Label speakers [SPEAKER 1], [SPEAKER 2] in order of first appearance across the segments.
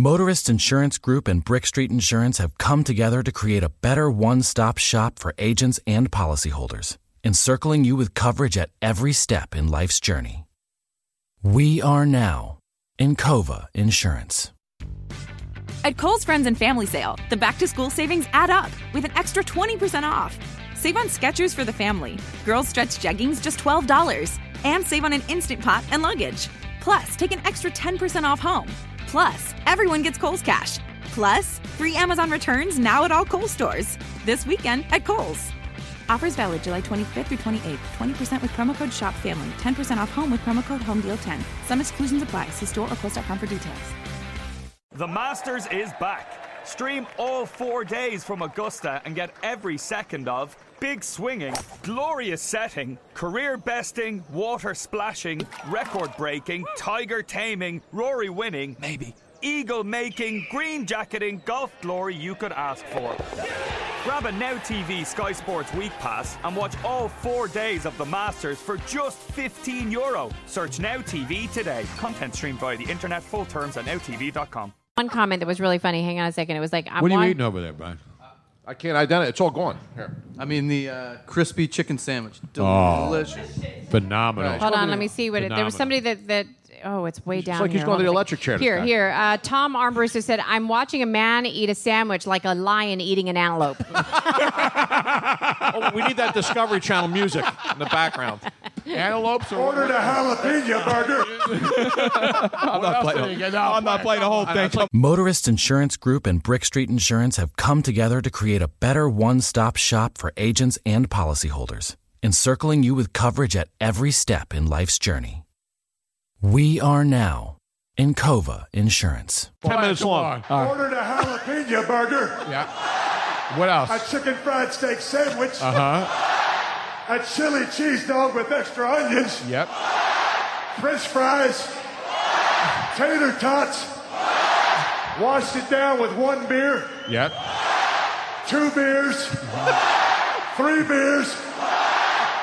[SPEAKER 1] Motorist Insurance Group and Brick Street Insurance have come together to create a better one stop shop for agents and policyholders, encircling you with coverage at every step in life's journey. We are now Encova Insurance.
[SPEAKER 2] At Kohl's Friends and Family Sale, the back to school savings add up with an extra 20% off. Save on Skechers for the family, girls' stretch jeggings just $12, and save on an instant pot and luggage. Plus, take an extra 10% off home. Plus, everyone gets Kohl's Cash. Plus, free Amazon returns now at all Kohl's stores. This weekend at Kohl's. Offers valid July 25th through 28th. 20% with promo code SHOPFAMILY. 10% off home with promo code HOMEDEAL10. Some exclusions apply. See store or kohls.com for details.
[SPEAKER 3] The Masters is back. Stream all four days from Augusta and get every second of big swinging, glorious setting, career besting, water splashing, record breaking, tiger taming, Rory winning, maybe, eagle making, green jacketing, golf glory you could ask for. Grab a Now TV Sky Sports Week Pass and watch all four days of the Masters for just 15 euro. Search Now TV today. Content streamed via the internet, full terms at nowtv.com.
[SPEAKER 4] One comment that was really funny. Hang on a second. It was like, I'm
[SPEAKER 5] What are you
[SPEAKER 4] one-
[SPEAKER 5] eating over there, Brian? I can't identify. It's all gone. Here.
[SPEAKER 6] I mean the uh, crispy chicken sandwich. Del-
[SPEAKER 5] Oh.
[SPEAKER 6] Delicious.
[SPEAKER 5] Phenomenal.
[SPEAKER 6] Right.
[SPEAKER 4] Hold on,
[SPEAKER 6] Totally
[SPEAKER 4] let me see what it, there was. Somebody
[SPEAKER 5] Phenomenal.
[SPEAKER 4] that that oh, it's way down.
[SPEAKER 5] like he's
[SPEAKER 4] here.
[SPEAKER 5] going to the
[SPEAKER 4] Hold on a
[SPEAKER 5] electric
[SPEAKER 4] second.
[SPEAKER 5] chair to
[SPEAKER 4] Here, here.
[SPEAKER 5] cut.
[SPEAKER 4] Uh, Tom Armbruster said, "I'm watching a man eat a sandwich like a lion eating an antelope."
[SPEAKER 5] Oh, we need that Discovery Channel music in the background. Antelopes or
[SPEAKER 7] Ordered a jalapeno burger.
[SPEAKER 5] I'm not playing. I'm not playing the whole thing.
[SPEAKER 1] Motorist Insurance Group and Brick Street Insurance have come together to create a better one stop shop for agents and policyholders, encircling you with coverage at every step in life's journey. We are now Encova Insurance.
[SPEAKER 5] Ten minutes long.
[SPEAKER 7] Ordered a jalapeno burger.
[SPEAKER 5] What else?
[SPEAKER 7] A chicken fried steak sandwich.
[SPEAKER 5] Uh-huh.
[SPEAKER 7] A chili cheese dog with extra onions.
[SPEAKER 5] Yep.
[SPEAKER 7] French fries. Tater tots. Washed it down with one beer,
[SPEAKER 5] Yep.
[SPEAKER 7] two beers, three beers,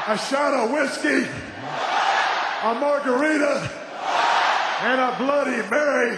[SPEAKER 7] a shot of whiskey, a margarita, and a Bloody Mary.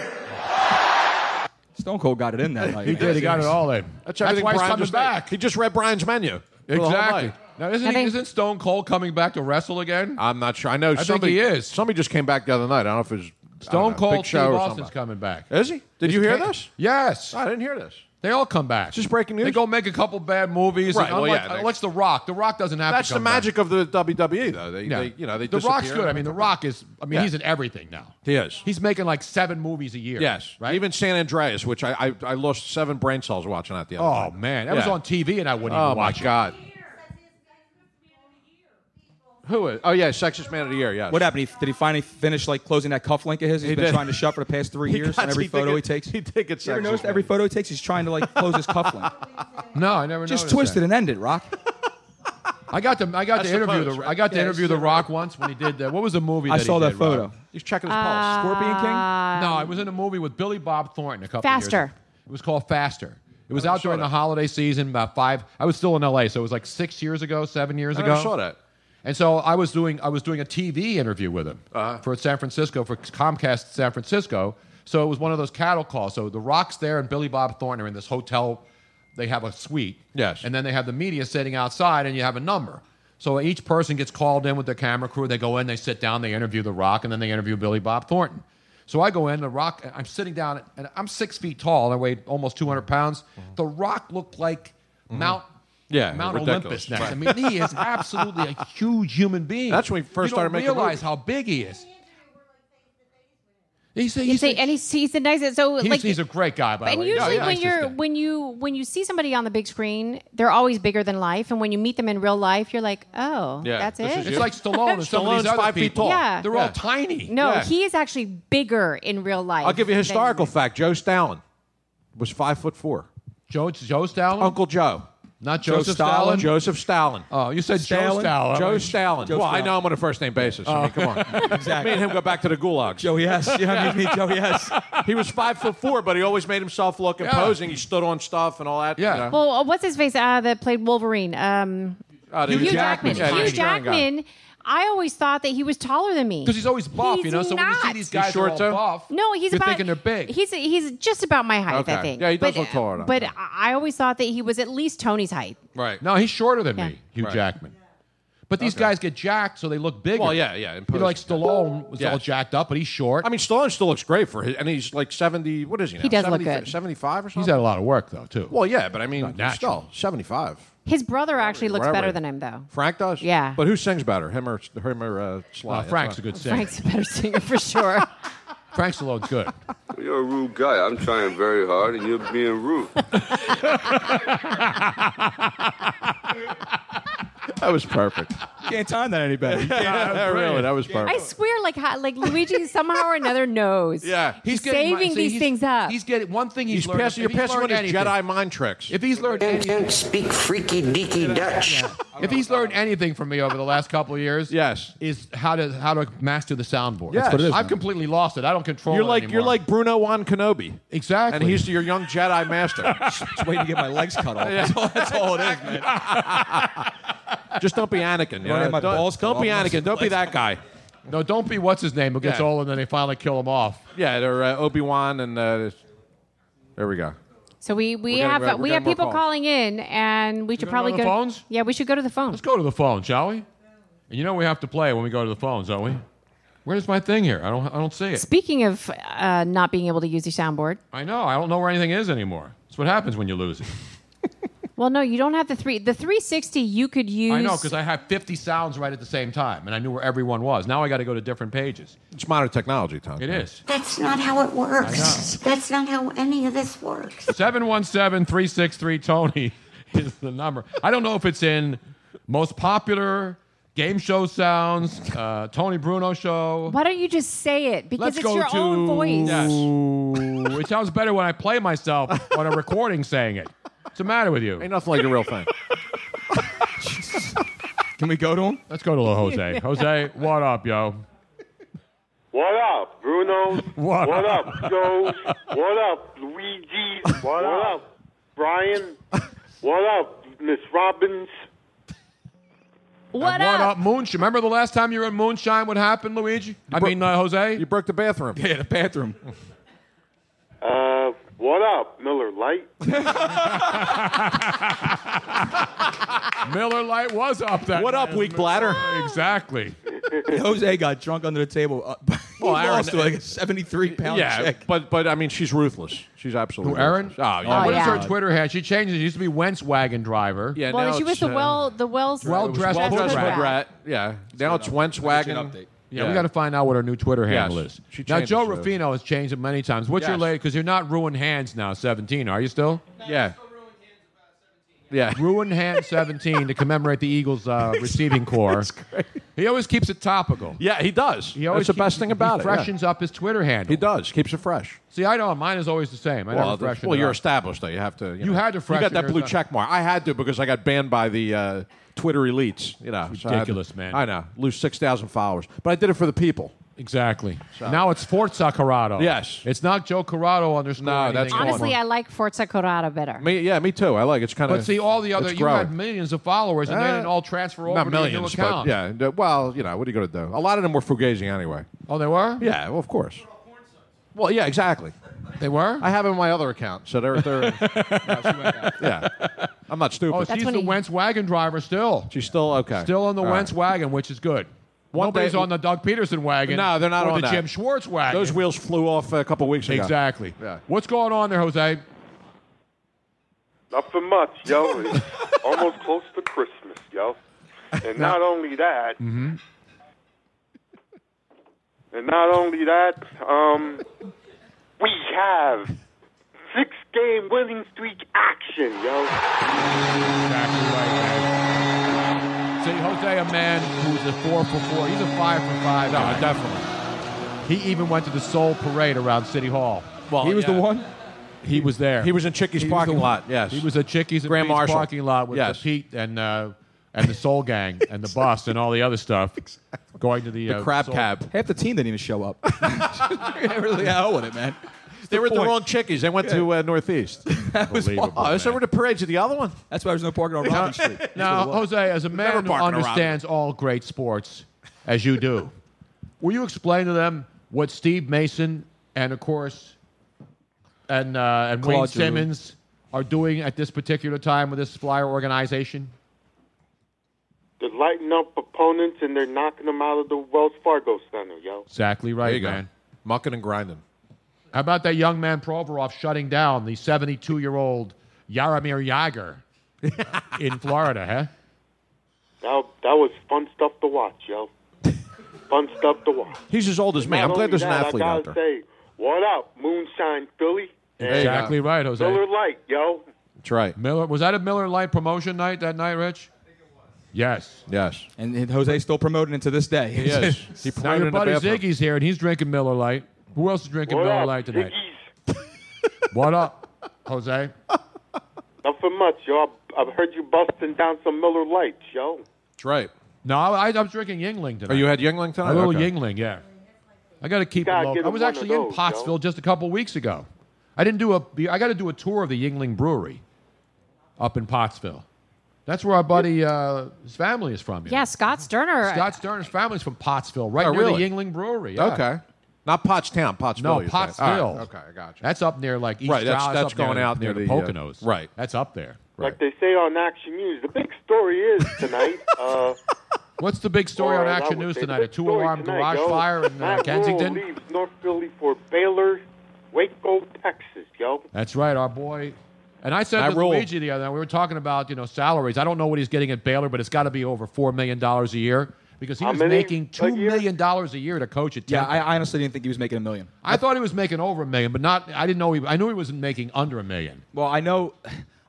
[SPEAKER 6] Stone Cold got it in that night.
[SPEAKER 5] He did. He got it all in. That's,
[SPEAKER 8] everything
[SPEAKER 5] why he's
[SPEAKER 8] Brian
[SPEAKER 5] coming
[SPEAKER 8] just ate.
[SPEAKER 5] back. He just read Brian's menu. for the whole
[SPEAKER 8] Exactly.
[SPEAKER 5] night.
[SPEAKER 8] Now isn't
[SPEAKER 4] I
[SPEAKER 8] he,
[SPEAKER 4] think-
[SPEAKER 8] isn't Stone Cold coming back to wrestle again?
[SPEAKER 5] I'm not sure. I know. I
[SPEAKER 8] think
[SPEAKER 5] somebody,
[SPEAKER 8] he is.
[SPEAKER 5] Somebody just came back the other night. I don't know if it's
[SPEAKER 8] Stone Cold
[SPEAKER 5] Big Show
[SPEAKER 8] Steve
[SPEAKER 5] or
[SPEAKER 8] Austin's
[SPEAKER 5] somebody.
[SPEAKER 8] coming back.
[SPEAKER 5] Is he? Did you
[SPEAKER 8] He
[SPEAKER 5] hear
[SPEAKER 8] came-
[SPEAKER 5] this?
[SPEAKER 8] Yes.
[SPEAKER 5] I didn't hear this.
[SPEAKER 8] They all come back.
[SPEAKER 5] Just breaking
[SPEAKER 8] They
[SPEAKER 5] news?
[SPEAKER 8] go make a couple bad movies.
[SPEAKER 5] Right,
[SPEAKER 8] Unlike,
[SPEAKER 5] well, yeah, they-
[SPEAKER 8] unlike The Rock. The Rock doesn't have
[SPEAKER 5] That's
[SPEAKER 8] to
[SPEAKER 5] the
[SPEAKER 8] come back.
[SPEAKER 5] magic of the WWE, though. They,
[SPEAKER 8] Yeah.
[SPEAKER 5] they you know, they
[SPEAKER 8] The Rock's
[SPEAKER 5] disappear.
[SPEAKER 8] good. I mean, The Rock is. I mean,
[SPEAKER 5] Yeah.
[SPEAKER 8] he's in everything now.
[SPEAKER 5] He is.
[SPEAKER 8] He's making like seven movies a year.
[SPEAKER 5] Yes,
[SPEAKER 8] Right.
[SPEAKER 5] Even San Andreas, which I, I, I lost seven brain cells watching that the other
[SPEAKER 8] Oh
[SPEAKER 5] night.
[SPEAKER 8] man, that was
[SPEAKER 5] Yeah.
[SPEAKER 8] on TV, and I wouldn't
[SPEAKER 5] Oh
[SPEAKER 8] even
[SPEAKER 5] my
[SPEAKER 8] watch
[SPEAKER 5] god. Who is? Oh yeah, sexiest man of the year. Yes.
[SPEAKER 6] What happened? He, did he finally finish like closing that cuff link of his? He's
[SPEAKER 5] He
[SPEAKER 6] been
[SPEAKER 5] did.
[SPEAKER 6] trying to shut for the past three
[SPEAKER 5] He
[SPEAKER 6] years.
[SPEAKER 5] got-
[SPEAKER 6] And every
[SPEAKER 5] he
[SPEAKER 6] photo
[SPEAKER 5] think
[SPEAKER 6] he
[SPEAKER 5] it-
[SPEAKER 6] takes,
[SPEAKER 5] he think it's
[SPEAKER 6] You ever
[SPEAKER 5] sexist,
[SPEAKER 6] noticed
[SPEAKER 5] man.
[SPEAKER 6] every photo he takes, he's trying to like close his cuff link.
[SPEAKER 8] it. No, I never
[SPEAKER 6] Just
[SPEAKER 8] noticed
[SPEAKER 6] twist
[SPEAKER 8] that.
[SPEAKER 6] it and end it, Rock.
[SPEAKER 8] I got to I got
[SPEAKER 5] That's
[SPEAKER 8] to
[SPEAKER 5] the
[SPEAKER 8] interview
[SPEAKER 5] pose,
[SPEAKER 8] the
[SPEAKER 5] right?
[SPEAKER 8] I got to
[SPEAKER 5] Yeah,
[SPEAKER 8] interview
[SPEAKER 5] it's
[SPEAKER 8] the
[SPEAKER 5] the-
[SPEAKER 8] Rock once when he did that. What was the movie?
[SPEAKER 6] I
[SPEAKER 8] that he
[SPEAKER 6] saw that
[SPEAKER 8] did, Rob?
[SPEAKER 6] photo.
[SPEAKER 5] He's checking his pulse.
[SPEAKER 6] Scorpion King.
[SPEAKER 8] No, I was in a movie with Billy Bob Thornton a couple
[SPEAKER 4] Faster.
[SPEAKER 8] years ago. It was called Faster. It was out during the holiday season, about five. I was still in LA, so it was like six years ago, seven years
[SPEAKER 5] I
[SPEAKER 8] ago.
[SPEAKER 5] never saw that.
[SPEAKER 8] And so I was doing I was doing a TV interview with him for San Francisco for Comcast San Francisco. So it was one of those cattle calls. So The Rock's there and Billy Bob Thornton are in this hotel. They have a suite.
[SPEAKER 5] Yes.
[SPEAKER 8] And then they have the media sitting outside, and you have a number. So each person gets called in with their camera crew. They go in, they sit down, they interview The Rock, and then they interview Billy Bob Thornton. So I go in, The Rock. I'm sitting down, and I'm six feet tall. and I weighed almost 200 pounds. The Rock looked like Mount.
[SPEAKER 5] Yeah,
[SPEAKER 8] Mount
[SPEAKER 5] ridiculous.
[SPEAKER 8] Olympus next.
[SPEAKER 5] Right.
[SPEAKER 8] I mean, he is absolutely a huge human being.
[SPEAKER 5] That's when we first
[SPEAKER 8] You don't
[SPEAKER 5] started making
[SPEAKER 8] realize
[SPEAKER 5] movies.
[SPEAKER 8] how big he is. He's a,
[SPEAKER 4] You
[SPEAKER 8] he's,
[SPEAKER 4] say,
[SPEAKER 8] a,
[SPEAKER 4] and he's he's a nice. So
[SPEAKER 8] he's,
[SPEAKER 4] like
[SPEAKER 8] he's a great guy, by the
[SPEAKER 4] And
[SPEAKER 8] way.
[SPEAKER 4] usually,
[SPEAKER 5] yeah,
[SPEAKER 4] when
[SPEAKER 5] he's
[SPEAKER 4] you're
[SPEAKER 5] just a-
[SPEAKER 4] when you when you see somebody on the big screen, they're always bigger than life. And when you meet them in real life, you're like, oh,
[SPEAKER 5] Yeah,
[SPEAKER 4] that's
[SPEAKER 5] this
[SPEAKER 4] it.
[SPEAKER 5] is
[SPEAKER 8] It's like Stallone and some of
[SPEAKER 5] Stallone's
[SPEAKER 8] these other
[SPEAKER 5] five feet
[SPEAKER 8] people.
[SPEAKER 5] tall.
[SPEAKER 4] Yeah.
[SPEAKER 8] They're all
[SPEAKER 5] Yeah.
[SPEAKER 8] tiny.
[SPEAKER 4] no,
[SPEAKER 5] yeah.
[SPEAKER 4] he is actually bigger in real life.
[SPEAKER 5] I'll give you a
[SPEAKER 4] than-
[SPEAKER 5] historical fact. Joe Stalin was five foot four.
[SPEAKER 8] Joe, Joe Stalin?
[SPEAKER 5] Uncle Joe.
[SPEAKER 8] Not
[SPEAKER 5] Joe
[SPEAKER 8] Joseph Stalin?
[SPEAKER 5] Stalin. Joseph Stalin.
[SPEAKER 8] Oh, you said Joe
[SPEAKER 6] Stalin?
[SPEAKER 8] Stalin.
[SPEAKER 5] Joe Stalin.
[SPEAKER 6] Joe
[SPEAKER 5] well, I
[SPEAKER 6] Stalin.
[SPEAKER 5] know him on a first name basis.
[SPEAKER 8] Oh,
[SPEAKER 5] I mean, come on.
[SPEAKER 6] Exactly.
[SPEAKER 5] Me and him go back to the gulags.
[SPEAKER 6] Joey S. You know what I mean? Joey S.
[SPEAKER 5] He was five foot four, but he always made himself look imposing. He stood on stuff and all that.
[SPEAKER 8] Yeah.
[SPEAKER 5] You know.
[SPEAKER 4] Well, uh, what's his face? Uh, that played Wolverine. Um,
[SPEAKER 5] Uh, the
[SPEAKER 4] Hugh
[SPEAKER 5] Jack-
[SPEAKER 4] Jackman.
[SPEAKER 5] Yeah, the
[SPEAKER 4] Hugh
[SPEAKER 5] strong guy.
[SPEAKER 4] Jackman. I always thought that he was taller than me.
[SPEAKER 8] 'Cause he's always buff,
[SPEAKER 4] He's
[SPEAKER 8] you know, so when you see
[SPEAKER 4] not.
[SPEAKER 8] these guys are all buff,
[SPEAKER 4] No, he's
[SPEAKER 8] you're
[SPEAKER 4] about.
[SPEAKER 8] thinking they're big.
[SPEAKER 4] He's he's just about my height. I
[SPEAKER 8] Okay.
[SPEAKER 4] think.
[SPEAKER 8] Yeah, he does
[SPEAKER 4] but,
[SPEAKER 8] look taller than I
[SPEAKER 4] But I I always thought that he was at least Tony's height.
[SPEAKER 8] Right. No, he's shorter than
[SPEAKER 4] Yeah.
[SPEAKER 8] me, Hugh
[SPEAKER 4] Right.
[SPEAKER 8] Jackman. But these guys get jacked, so they look bigger.
[SPEAKER 5] Well, yeah, yeah, in
[SPEAKER 8] You know, like
[SPEAKER 5] posing,
[SPEAKER 8] Stallone was all jacked up, but he's short.
[SPEAKER 5] I mean, Stallone still looks great for his, and he's like seventy. What is he now?
[SPEAKER 4] He does look
[SPEAKER 5] 70
[SPEAKER 4] good.
[SPEAKER 5] Seventy-five or something.
[SPEAKER 8] he's had a lot of work though, too.
[SPEAKER 5] Well, yeah, but I mean,
[SPEAKER 8] Not natural.
[SPEAKER 5] still seventy-five.
[SPEAKER 4] His brother actually looks
[SPEAKER 5] whatever.
[SPEAKER 4] better than him, though.
[SPEAKER 5] Frank does.
[SPEAKER 4] Yeah.
[SPEAKER 5] But who sings better, him or him or uh, Sly?
[SPEAKER 8] Uh,
[SPEAKER 5] That's
[SPEAKER 8] Frank's
[SPEAKER 5] why-
[SPEAKER 8] a good singer.
[SPEAKER 4] Frank's a better singer for sure.
[SPEAKER 8] Frank Stallone's good.
[SPEAKER 7] You're a rude guy. I'm trying very hard, and you're being rude.
[SPEAKER 5] That was perfect.
[SPEAKER 9] Can't time that any better.
[SPEAKER 5] yeah, really, that was
[SPEAKER 4] I
[SPEAKER 5] perfect.
[SPEAKER 4] swear, like how- like Luigi somehow or another knows.
[SPEAKER 5] Yeah.
[SPEAKER 4] he's,
[SPEAKER 8] getting my-
[SPEAKER 4] saving
[SPEAKER 8] see,
[SPEAKER 4] these
[SPEAKER 8] he's-
[SPEAKER 4] things up.
[SPEAKER 8] He's getting one thing he's,
[SPEAKER 5] He's
[SPEAKER 8] learned.
[SPEAKER 5] passing.
[SPEAKER 8] if
[SPEAKER 5] You're
[SPEAKER 8] he's
[SPEAKER 5] passing
[SPEAKER 8] learned
[SPEAKER 5] with his
[SPEAKER 8] anything-
[SPEAKER 5] Jedi mind tricks.
[SPEAKER 8] If he's learned
[SPEAKER 10] You don't speak freaky deaky Dutch.
[SPEAKER 8] if he's learned anything from me over the last couple of years,
[SPEAKER 5] Yes.
[SPEAKER 8] is how to how to master the soundboard.
[SPEAKER 5] Yes. That's what it is,
[SPEAKER 8] I've
[SPEAKER 5] man.
[SPEAKER 8] completely lost it. I don't control.
[SPEAKER 5] you're
[SPEAKER 8] it
[SPEAKER 5] like you're
[SPEAKER 8] anymore.
[SPEAKER 5] like Bruno Juan Kenobi,
[SPEAKER 8] exactly.
[SPEAKER 5] and he's your young Jedi master.
[SPEAKER 9] Just waiting to get my legs cut off. That's, all, that's all it is, man.
[SPEAKER 5] Just don't be Anakin. You
[SPEAKER 9] Right,
[SPEAKER 5] know?
[SPEAKER 9] my
[SPEAKER 5] don't,
[SPEAKER 9] balls
[SPEAKER 5] don't
[SPEAKER 9] cut
[SPEAKER 5] be
[SPEAKER 9] off.
[SPEAKER 5] Anakin. Don't be that guy.
[SPEAKER 8] no, don't be what's his name who gets
[SPEAKER 5] Yeah.
[SPEAKER 8] old and then they finally kill him off.
[SPEAKER 5] Yeah, they're uh, Obi Wan and uh, there we go.
[SPEAKER 4] so we we
[SPEAKER 5] We're getting-
[SPEAKER 4] have
[SPEAKER 5] we're
[SPEAKER 4] uh, we
[SPEAKER 5] getting
[SPEAKER 4] have
[SPEAKER 5] more
[SPEAKER 4] people
[SPEAKER 5] calls.
[SPEAKER 4] calling in, and we should
[SPEAKER 8] gonna go
[SPEAKER 4] probably
[SPEAKER 8] to
[SPEAKER 4] go.
[SPEAKER 8] the phones?
[SPEAKER 4] Yeah, we should go to the phone.
[SPEAKER 8] Let's go to the phone, shall we? And you know we have to play when we go to the phones, don't we? Where's my thing here? I don't I don't see it.
[SPEAKER 4] Speaking of uh, not being able to use your soundboard,
[SPEAKER 8] I know. I don't know where anything is anymore. That's what happens when you lose it.
[SPEAKER 4] well, no, you don't have the three. The 360 you could use.
[SPEAKER 8] I know because I have 50 sounds right at the same time, and I knew where everyone was. Now I got to go to different pages.
[SPEAKER 5] It's modern technology, Tom.
[SPEAKER 8] It is.
[SPEAKER 10] That's not how it works. That's not how any of this works.
[SPEAKER 8] 717 363 Tony is the number. I don't know if it's in most popular game show sounds, uh, Tony Bruno show.
[SPEAKER 4] Why don't you just say it? Because
[SPEAKER 8] Let's
[SPEAKER 4] it's
[SPEAKER 8] go
[SPEAKER 4] your
[SPEAKER 8] to.
[SPEAKER 4] own voice.
[SPEAKER 8] Yes. it sounds better when I play myself on a recording saying it. What's the matter with you?
[SPEAKER 5] Ain't nothing like a real thing.
[SPEAKER 9] Can we go to him?
[SPEAKER 8] Let's go to little Jose. Jose, what up, yo?
[SPEAKER 7] What up, Bruno?
[SPEAKER 8] What
[SPEAKER 7] what up, Joe? What up, Luigi? What, up? Brian? What up, Miss Robbins?
[SPEAKER 4] What
[SPEAKER 8] And what
[SPEAKER 4] up?
[SPEAKER 8] up, Moonshine? Remember the last time you were in Moonshine? What happened, Luigi? I mean, uh, Jose?
[SPEAKER 5] You broke the bathroom.
[SPEAKER 9] Yeah, the bathroom.
[SPEAKER 7] Uh, what up, Miller Light?
[SPEAKER 8] Miller Light was up that
[SPEAKER 5] What up,
[SPEAKER 8] night.
[SPEAKER 5] weak bladder?
[SPEAKER 8] Exactly.
[SPEAKER 9] Jose got drunk under the table. Uh, he
[SPEAKER 5] Well, Aaron- uh,
[SPEAKER 9] lost to like a 73 pound
[SPEAKER 5] yeah,
[SPEAKER 9] chick.
[SPEAKER 5] Uh, but but I mean, she's ruthless. She's absolutely.
[SPEAKER 8] Who, Erin?
[SPEAKER 5] ruthless. Oh
[SPEAKER 8] What
[SPEAKER 5] yeah.
[SPEAKER 8] is
[SPEAKER 4] yeah.
[SPEAKER 8] her Twitter handle? She changed it. It used to be Wentz Wagon Driver.
[SPEAKER 5] yeah
[SPEAKER 4] well,
[SPEAKER 5] now
[SPEAKER 4] she was
[SPEAKER 5] it's,
[SPEAKER 4] the
[SPEAKER 5] uh,
[SPEAKER 4] well, the well,
[SPEAKER 8] Well dressed
[SPEAKER 5] Well
[SPEAKER 8] That's
[SPEAKER 5] dressed
[SPEAKER 8] hood
[SPEAKER 5] hood
[SPEAKER 8] rat.
[SPEAKER 5] rat. Yeah. Now it's Wentz wagon.
[SPEAKER 9] update.
[SPEAKER 8] Yeah, we got to find out what her new Twitter
[SPEAKER 5] Yes.
[SPEAKER 8] handle is.
[SPEAKER 5] She
[SPEAKER 8] now,
[SPEAKER 5] changed
[SPEAKER 8] Joe
[SPEAKER 5] it, so-
[SPEAKER 8] Rafino has changed it many times. What's your
[SPEAKER 5] Yes.
[SPEAKER 8] latest? Because you're not ruined hands now, 17, are you still?
[SPEAKER 5] Yeah. Yeah.
[SPEAKER 8] Ruined hand 17 to commemorate the Eagles' uh, receiving core. He always keeps it topical.
[SPEAKER 5] Yeah, he does.
[SPEAKER 8] He
[SPEAKER 5] That's
[SPEAKER 8] always
[SPEAKER 5] the
[SPEAKER 8] keeps-
[SPEAKER 5] best thing
[SPEAKER 8] he
[SPEAKER 5] about it. yeah.
[SPEAKER 8] freshens up his Twitter handle.
[SPEAKER 5] He does. Keeps it fresh.
[SPEAKER 8] See, I don't. Mine is always the same. I
[SPEAKER 5] Well,
[SPEAKER 8] never
[SPEAKER 5] that's-
[SPEAKER 8] freshen
[SPEAKER 5] well
[SPEAKER 8] it
[SPEAKER 5] you're
[SPEAKER 8] up.
[SPEAKER 5] established though. You have to. You,
[SPEAKER 8] You
[SPEAKER 5] know.
[SPEAKER 8] had to
[SPEAKER 5] You got
[SPEAKER 8] freshen
[SPEAKER 5] that blue
[SPEAKER 8] yours up.
[SPEAKER 5] check mark. I had to because I got banned by the uh, Twitter elites. You know, so I had
[SPEAKER 8] ridiculous,
[SPEAKER 5] to-
[SPEAKER 8] man.
[SPEAKER 5] I know. Lose six thousand followers, but I did it for the people.
[SPEAKER 8] Exactly. Now it's Forza Corrado.
[SPEAKER 5] Yes.
[SPEAKER 8] It's not Joe Corrado underscore.
[SPEAKER 5] No, that's
[SPEAKER 8] anything
[SPEAKER 5] gone.
[SPEAKER 8] anymore.
[SPEAKER 4] Honestly, I like Forza Corrado better.
[SPEAKER 5] Me, yeah, me too. I like it. it's kind of.
[SPEAKER 8] But see, all the other, you had millions of followers, and they
[SPEAKER 5] Uh,
[SPEAKER 8] didn't all transfer over
[SPEAKER 5] Not
[SPEAKER 8] to your new
[SPEAKER 5] millions, but
[SPEAKER 8] account.
[SPEAKER 5] yeah. d- Well, you know, what are you going to do? A lot of them were fugazi anyway.
[SPEAKER 8] Oh, they were?
[SPEAKER 5] Yeah, well, of course. Well, yeah, exactly.
[SPEAKER 8] They were?
[SPEAKER 5] I have it on my other account, so they're. they're yeah, I'm not
[SPEAKER 8] oh,
[SPEAKER 5] stupid.
[SPEAKER 8] she's
[SPEAKER 4] when
[SPEAKER 8] the
[SPEAKER 4] he-
[SPEAKER 8] Wentz wagon driver still.
[SPEAKER 5] She's still okay.
[SPEAKER 8] Still on the
[SPEAKER 5] All
[SPEAKER 8] Wentz
[SPEAKER 5] right.
[SPEAKER 8] wagon, which is good.
[SPEAKER 5] One
[SPEAKER 8] Nobody's
[SPEAKER 5] day-
[SPEAKER 8] on the Doug Peterson wagon.
[SPEAKER 5] No, they're not
[SPEAKER 8] or
[SPEAKER 5] on
[SPEAKER 8] the
[SPEAKER 5] that.
[SPEAKER 8] Jim Schwartz wagon.
[SPEAKER 5] Those wheels flew off a couple weeks ago.
[SPEAKER 8] Exactly.
[SPEAKER 5] Yeah.
[SPEAKER 8] What's going on there, Jose?
[SPEAKER 7] Not for much, yo. It's almost close to Christmas, yo. And not only that, and not only that, um, we have six game winning streak action, yo.
[SPEAKER 8] Exactly right, man. See, Jose, a man who's a four for four. He's a five for five.
[SPEAKER 5] No,
[SPEAKER 8] guy.
[SPEAKER 5] definitely.
[SPEAKER 8] He even went to the Soul Parade around City Hall.
[SPEAKER 5] Well,
[SPEAKER 8] he was
[SPEAKER 5] yeah.
[SPEAKER 8] the one. He was there.
[SPEAKER 5] He was in Chicky's
[SPEAKER 8] He was
[SPEAKER 5] parking
[SPEAKER 8] the-
[SPEAKER 5] lot. Yes.
[SPEAKER 8] he was at Chickies and
[SPEAKER 5] Grand
[SPEAKER 8] Pete's
[SPEAKER 5] Marshal.
[SPEAKER 8] parking lot with
[SPEAKER 5] Yes.
[SPEAKER 8] the Pete and uh, and the Soul Gang and the bus and all the other stuff. Going to the,
[SPEAKER 5] The
[SPEAKER 8] uh,
[SPEAKER 5] crab
[SPEAKER 8] Soul-
[SPEAKER 5] cab.
[SPEAKER 9] Half the team didn't even show up. I really had hell with it, man.
[SPEAKER 5] They were at the
[SPEAKER 9] point.
[SPEAKER 5] wrong Chickies. They went to uh, Northeast.
[SPEAKER 8] Unbelievable,
[SPEAKER 5] Oh,
[SPEAKER 8] man.
[SPEAKER 5] so were the parades at the other one?
[SPEAKER 9] That's why there's no parking on Robin Street. That's what
[SPEAKER 8] Now,
[SPEAKER 9] it was.
[SPEAKER 8] Jose, as a man
[SPEAKER 5] never
[SPEAKER 8] who
[SPEAKER 5] barking around.
[SPEAKER 8] understands all great sports, as you do. Will you explain to them what Steve Mason and, of course, and, uh, and Wayne
[SPEAKER 5] Claude Giroux.
[SPEAKER 8] Simmons are doing at this particular time with this flyer organization?
[SPEAKER 7] They're lighting up opponents and they're knocking them out of the Wells Fargo Center, yo.
[SPEAKER 8] Exactly right,
[SPEAKER 5] There you go.
[SPEAKER 8] man.
[SPEAKER 5] Mucking and grinding.
[SPEAKER 8] How about that young man Provorov shutting down the 72 year old Yaramir Yager in Florida, huh?
[SPEAKER 7] That, that was fun stuff to watch, yo. fun stuff to watch.
[SPEAKER 9] He's as old as me. I'm glad
[SPEAKER 7] Not only
[SPEAKER 9] there's an
[SPEAKER 7] that,
[SPEAKER 9] athlete
[SPEAKER 7] I gotta
[SPEAKER 9] out there.
[SPEAKER 7] say, what up, Moonshine Philly?
[SPEAKER 9] There you go.
[SPEAKER 8] Exactly right, Jose.
[SPEAKER 7] Miller Light, yo.
[SPEAKER 9] That's right.
[SPEAKER 8] Miller was that a Miller Light promotion night that night, Rich? Yes.
[SPEAKER 5] Yes.
[SPEAKER 6] And, and Jose's still promoting it to this day.
[SPEAKER 5] He is. He
[SPEAKER 8] Now
[SPEAKER 5] pounded
[SPEAKER 8] your
[SPEAKER 5] in the
[SPEAKER 8] buddy
[SPEAKER 5] bathroom.
[SPEAKER 8] Ziggy's here and he's drinking Miller Light. Who else is drinking
[SPEAKER 7] What
[SPEAKER 8] Miller
[SPEAKER 7] up,
[SPEAKER 8] Light tonight? what up, Jose?
[SPEAKER 7] Nothing much, yo. I've, I've heard you busting down some Miller Lights, yo.
[SPEAKER 5] That's right.
[SPEAKER 8] No, I, I was drinking Yingling
[SPEAKER 5] Oh,
[SPEAKER 8] tonight.
[SPEAKER 5] you had Yingling tonight?
[SPEAKER 8] A little
[SPEAKER 5] Okay.
[SPEAKER 8] Yingling, yeah. I got to keep it
[SPEAKER 7] Gotta
[SPEAKER 8] local.
[SPEAKER 7] get
[SPEAKER 8] I was
[SPEAKER 7] one
[SPEAKER 8] actually
[SPEAKER 7] of
[SPEAKER 8] in
[SPEAKER 7] those,
[SPEAKER 8] Pottsville just a couple weeks ago. I didn't do a. I got to do a tour of the Yingling Brewery up in Pottsville. That's where our buddy uh, his family is from. you know.
[SPEAKER 4] Yeah, Scott Sterner.
[SPEAKER 8] Scott Sterner's family's from Pottsville, right
[SPEAKER 5] Oh,
[SPEAKER 8] near
[SPEAKER 5] really?
[SPEAKER 8] the Yingling Brewery. yeah.
[SPEAKER 5] Okay. Not Pottstown, Pottsville.
[SPEAKER 8] No,
[SPEAKER 5] you said. All right.
[SPEAKER 8] Pottsville.
[SPEAKER 5] Okay, I got you.
[SPEAKER 8] That's up near like East
[SPEAKER 5] Right, that's-
[SPEAKER 8] Dallas,
[SPEAKER 5] that's
[SPEAKER 8] up near
[SPEAKER 5] going
[SPEAKER 8] the-
[SPEAKER 5] out
[SPEAKER 8] near,
[SPEAKER 5] near
[SPEAKER 8] the
[SPEAKER 5] the, uh,
[SPEAKER 8] Poconos.
[SPEAKER 5] right.
[SPEAKER 8] that's up there.
[SPEAKER 7] Like they say on Action News, the big story is tonight. uh,
[SPEAKER 8] What's the big story
[SPEAKER 7] or
[SPEAKER 8] on
[SPEAKER 7] as I
[SPEAKER 8] Action
[SPEAKER 7] would
[SPEAKER 8] News
[SPEAKER 7] say, the
[SPEAKER 8] tonight? A
[SPEAKER 7] big story
[SPEAKER 8] two-alarm
[SPEAKER 7] tonight,
[SPEAKER 8] garage
[SPEAKER 7] yo.
[SPEAKER 8] fire in uh,
[SPEAKER 7] Matt
[SPEAKER 8] Kensington.
[SPEAKER 7] Rule leaves North Philly for Baylor, Waco, Texas, yo.
[SPEAKER 8] That's right, our boy. And I said
[SPEAKER 5] Matt
[SPEAKER 8] to
[SPEAKER 5] Rule.
[SPEAKER 8] Luigi the other night, we were talking about you know salaries. I don't know what he's getting at Baylor, but it's got to be over four million dollars a year because he
[SPEAKER 7] How
[SPEAKER 8] was
[SPEAKER 7] many
[SPEAKER 8] making
[SPEAKER 7] a
[SPEAKER 8] two
[SPEAKER 7] year?
[SPEAKER 8] million dollars a year to coach at
[SPEAKER 6] Yeah,
[SPEAKER 8] Temple.
[SPEAKER 6] I, I honestly didn't think he was making a million.
[SPEAKER 8] I, thought he was making over a million, but not. I didn't know he. I knew he wasn't making under a million.
[SPEAKER 6] Well, I know,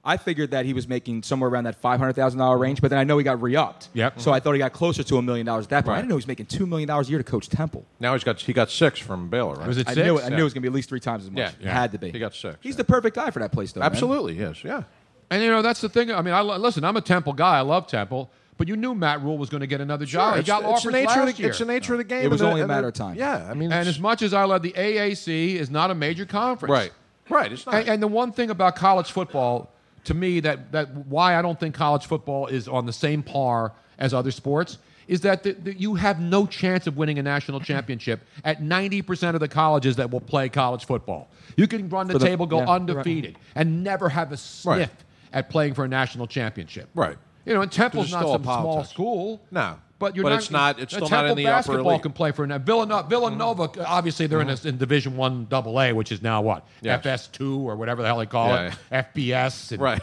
[SPEAKER 6] I figured that he was making somewhere around that five hundred thousand dollar range, but then I know he got re-upped.
[SPEAKER 8] Yep.
[SPEAKER 6] So I thought he got closer to a million dollars at that point.
[SPEAKER 5] Right.
[SPEAKER 6] I didn't know he was making two million dollars a year to coach Temple.
[SPEAKER 5] Now he's got he got six from Baylor, right?
[SPEAKER 8] Was it
[SPEAKER 6] I
[SPEAKER 8] six?
[SPEAKER 6] knew it. I knew it was going to be at least three times as much.
[SPEAKER 5] Yeah,
[SPEAKER 6] It
[SPEAKER 5] yeah.
[SPEAKER 6] had to be.
[SPEAKER 5] He got six,
[SPEAKER 6] He's
[SPEAKER 5] yeah.
[SPEAKER 6] the perfect guy for that place, though. man.
[SPEAKER 5] Absolutely, yes, yeah.
[SPEAKER 8] And you know that's the thing. I mean, I listen. I'm a Temple guy. I love Temple, but you knew Matt Rule was going to get another job. he
[SPEAKER 5] it's,
[SPEAKER 8] got
[SPEAKER 5] it's
[SPEAKER 8] offers
[SPEAKER 5] the nature
[SPEAKER 8] last
[SPEAKER 5] of the,
[SPEAKER 8] year.
[SPEAKER 5] It's the nature of the game.
[SPEAKER 6] It was
[SPEAKER 5] and the-
[SPEAKER 6] only a
[SPEAKER 5] and the-
[SPEAKER 6] matter of time.
[SPEAKER 5] Yeah, I mean,
[SPEAKER 8] and as
[SPEAKER 5] it's-
[SPEAKER 8] much as I love the AAC, is not a major conference.
[SPEAKER 5] right, right. It's not.
[SPEAKER 8] And, and the one thing about college football, to me, that, that why I don't think college football is on the same par as other sports is that the, the, you have no chance of winning a national championship at 90% of the colleges that will play college football. You can run the,
[SPEAKER 6] For the-
[SPEAKER 8] table, go
[SPEAKER 6] yeah,
[SPEAKER 8] undefeated, and never have a sniff
[SPEAKER 5] Right.
[SPEAKER 8] at playing for a national championship.
[SPEAKER 5] Right.
[SPEAKER 8] You know, and Temple's not
[SPEAKER 5] still
[SPEAKER 8] some
[SPEAKER 5] politics.
[SPEAKER 8] small school.
[SPEAKER 5] No.
[SPEAKER 8] But you're
[SPEAKER 5] But
[SPEAKER 8] not,
[SPEAKER 5] it's not- it's
[SPEAKER 8] uh,
[SPEAKER 5] still not in
[SPEAKER 8] Temple
[SPEAKER 5] the upper
[SPEAKER 8] basketball
[SPEAKER 5] elite.
[SPEAKER 8] can play for now.
[SPEAKER 5] Mm-hmm.
[SPEAKER 8] Villanova, Villanova uh, obviously they're in, a, in Division One Double A, which is now what
[SPEAKER 5] Yes.
[SPEAKER 8] FS2 or whatever the hell they call
[SPEAKER 5] Yeah,
[SPEAKER 8] it, FBS and
[SPEAKER 5] Right.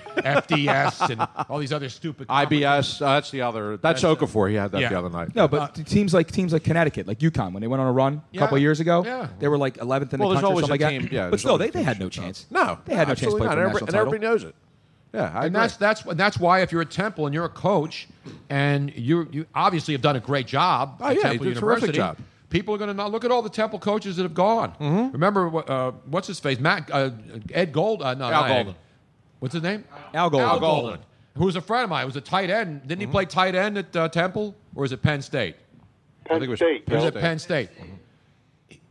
[SPEAKER 8] FDS and all these other stupid.
[SPEAKER 5] IBS. Uh, that's the other. That's, Okafor. He had that the
[SPEAKER 8] Yeah.
[SPEAKER 5] other night.
[SPEAKER 6] No, but teams like teams like Connecticut, like UConn, when they went on a run a couple
[SPEAKER 8] Yeah.
[SPEAKER 6] years ago,
[SPEAKER 8] Yeah.
[SPEAKER 6] they were like 11th in
[SPEAKER 5] Well, there's
[SPEAKER 6] the country, or
[SPEAKER 5] always
[SPEAKER 6] something
[SPEAKER 5] a
[SPEAKER 6] like
[SPEAKER 5] team-
[SPEAKER 6] that.
[SPEAKER 5] yeah,
[SPEAKER 6] but
[SPEAKER 5] there's
[SPEAKER 6] still,
[SPEAKER 5] always
[SPEAKER 6] they,
[SPEAKER 5] a
[SPEAKER 6] they
[SPEAKER 5] team
[SPEAKER 6] had no
[SPEAKER 5] shooting
[SPEAKER 6] chance.
[SPEAKER 5] no,
[SPEAKER 6] they had no chance to
[SPEAKER 5] absolutely
[SPEAKER 6] play
[SPEAKER 5] not.
[SPEAKER 6] for
[SPEAKER 5] And
[SPEAKER 6] a national
[SPEAKER 5] everybody-
[SPEAKER 6] title.
[SPEAKER 5] And everybody knows it. Yeah, I
[SPEAKER 8] and
[SPEAKER 5] agree.
[SPEAKER 8] that's that's and that's why if you're at Temple and you're a coach and you you obviously have done a great job
[SPEAKER 5] Oh,
[SPEAKER 8] at
[SPEAKER 5] yeah,
[SPEAKER 8] Temple
[SPEAKER 5] you did a terrific
[SPEAKER 8] University.
[SPEAKER 5] job. Mm-hmm.
[SPEAKER 8] People are going to not look at all the Temple coaches that have gone. Remember what, uh, what's his face? Matt uh, Ed Gold. Uh, no,
[SPEAKER 5] Al
[SPEAKER 8] not Ed.
[SPEAKER 5] Golden.
[SPEAKER 8] What's his name?
[SPEAKER 6] Al Golden.
[SPEAKER 8] Al Golden, who was a friend of mine. Was a tight end. Didn't
[SPEAKER 5] Mm-hmm.
[SPEAKER 8] he play tight end at uh, Temple or is it Penn State?
[SPEAKER 5] I
[SPEAKER 7] Penn
[SPEAKER 5] think it was
[SPEAKER 7] State,
[SPEAKER 8] He was
[SPEAKER 7] yo.
[SPEAKER 8] at Penn State.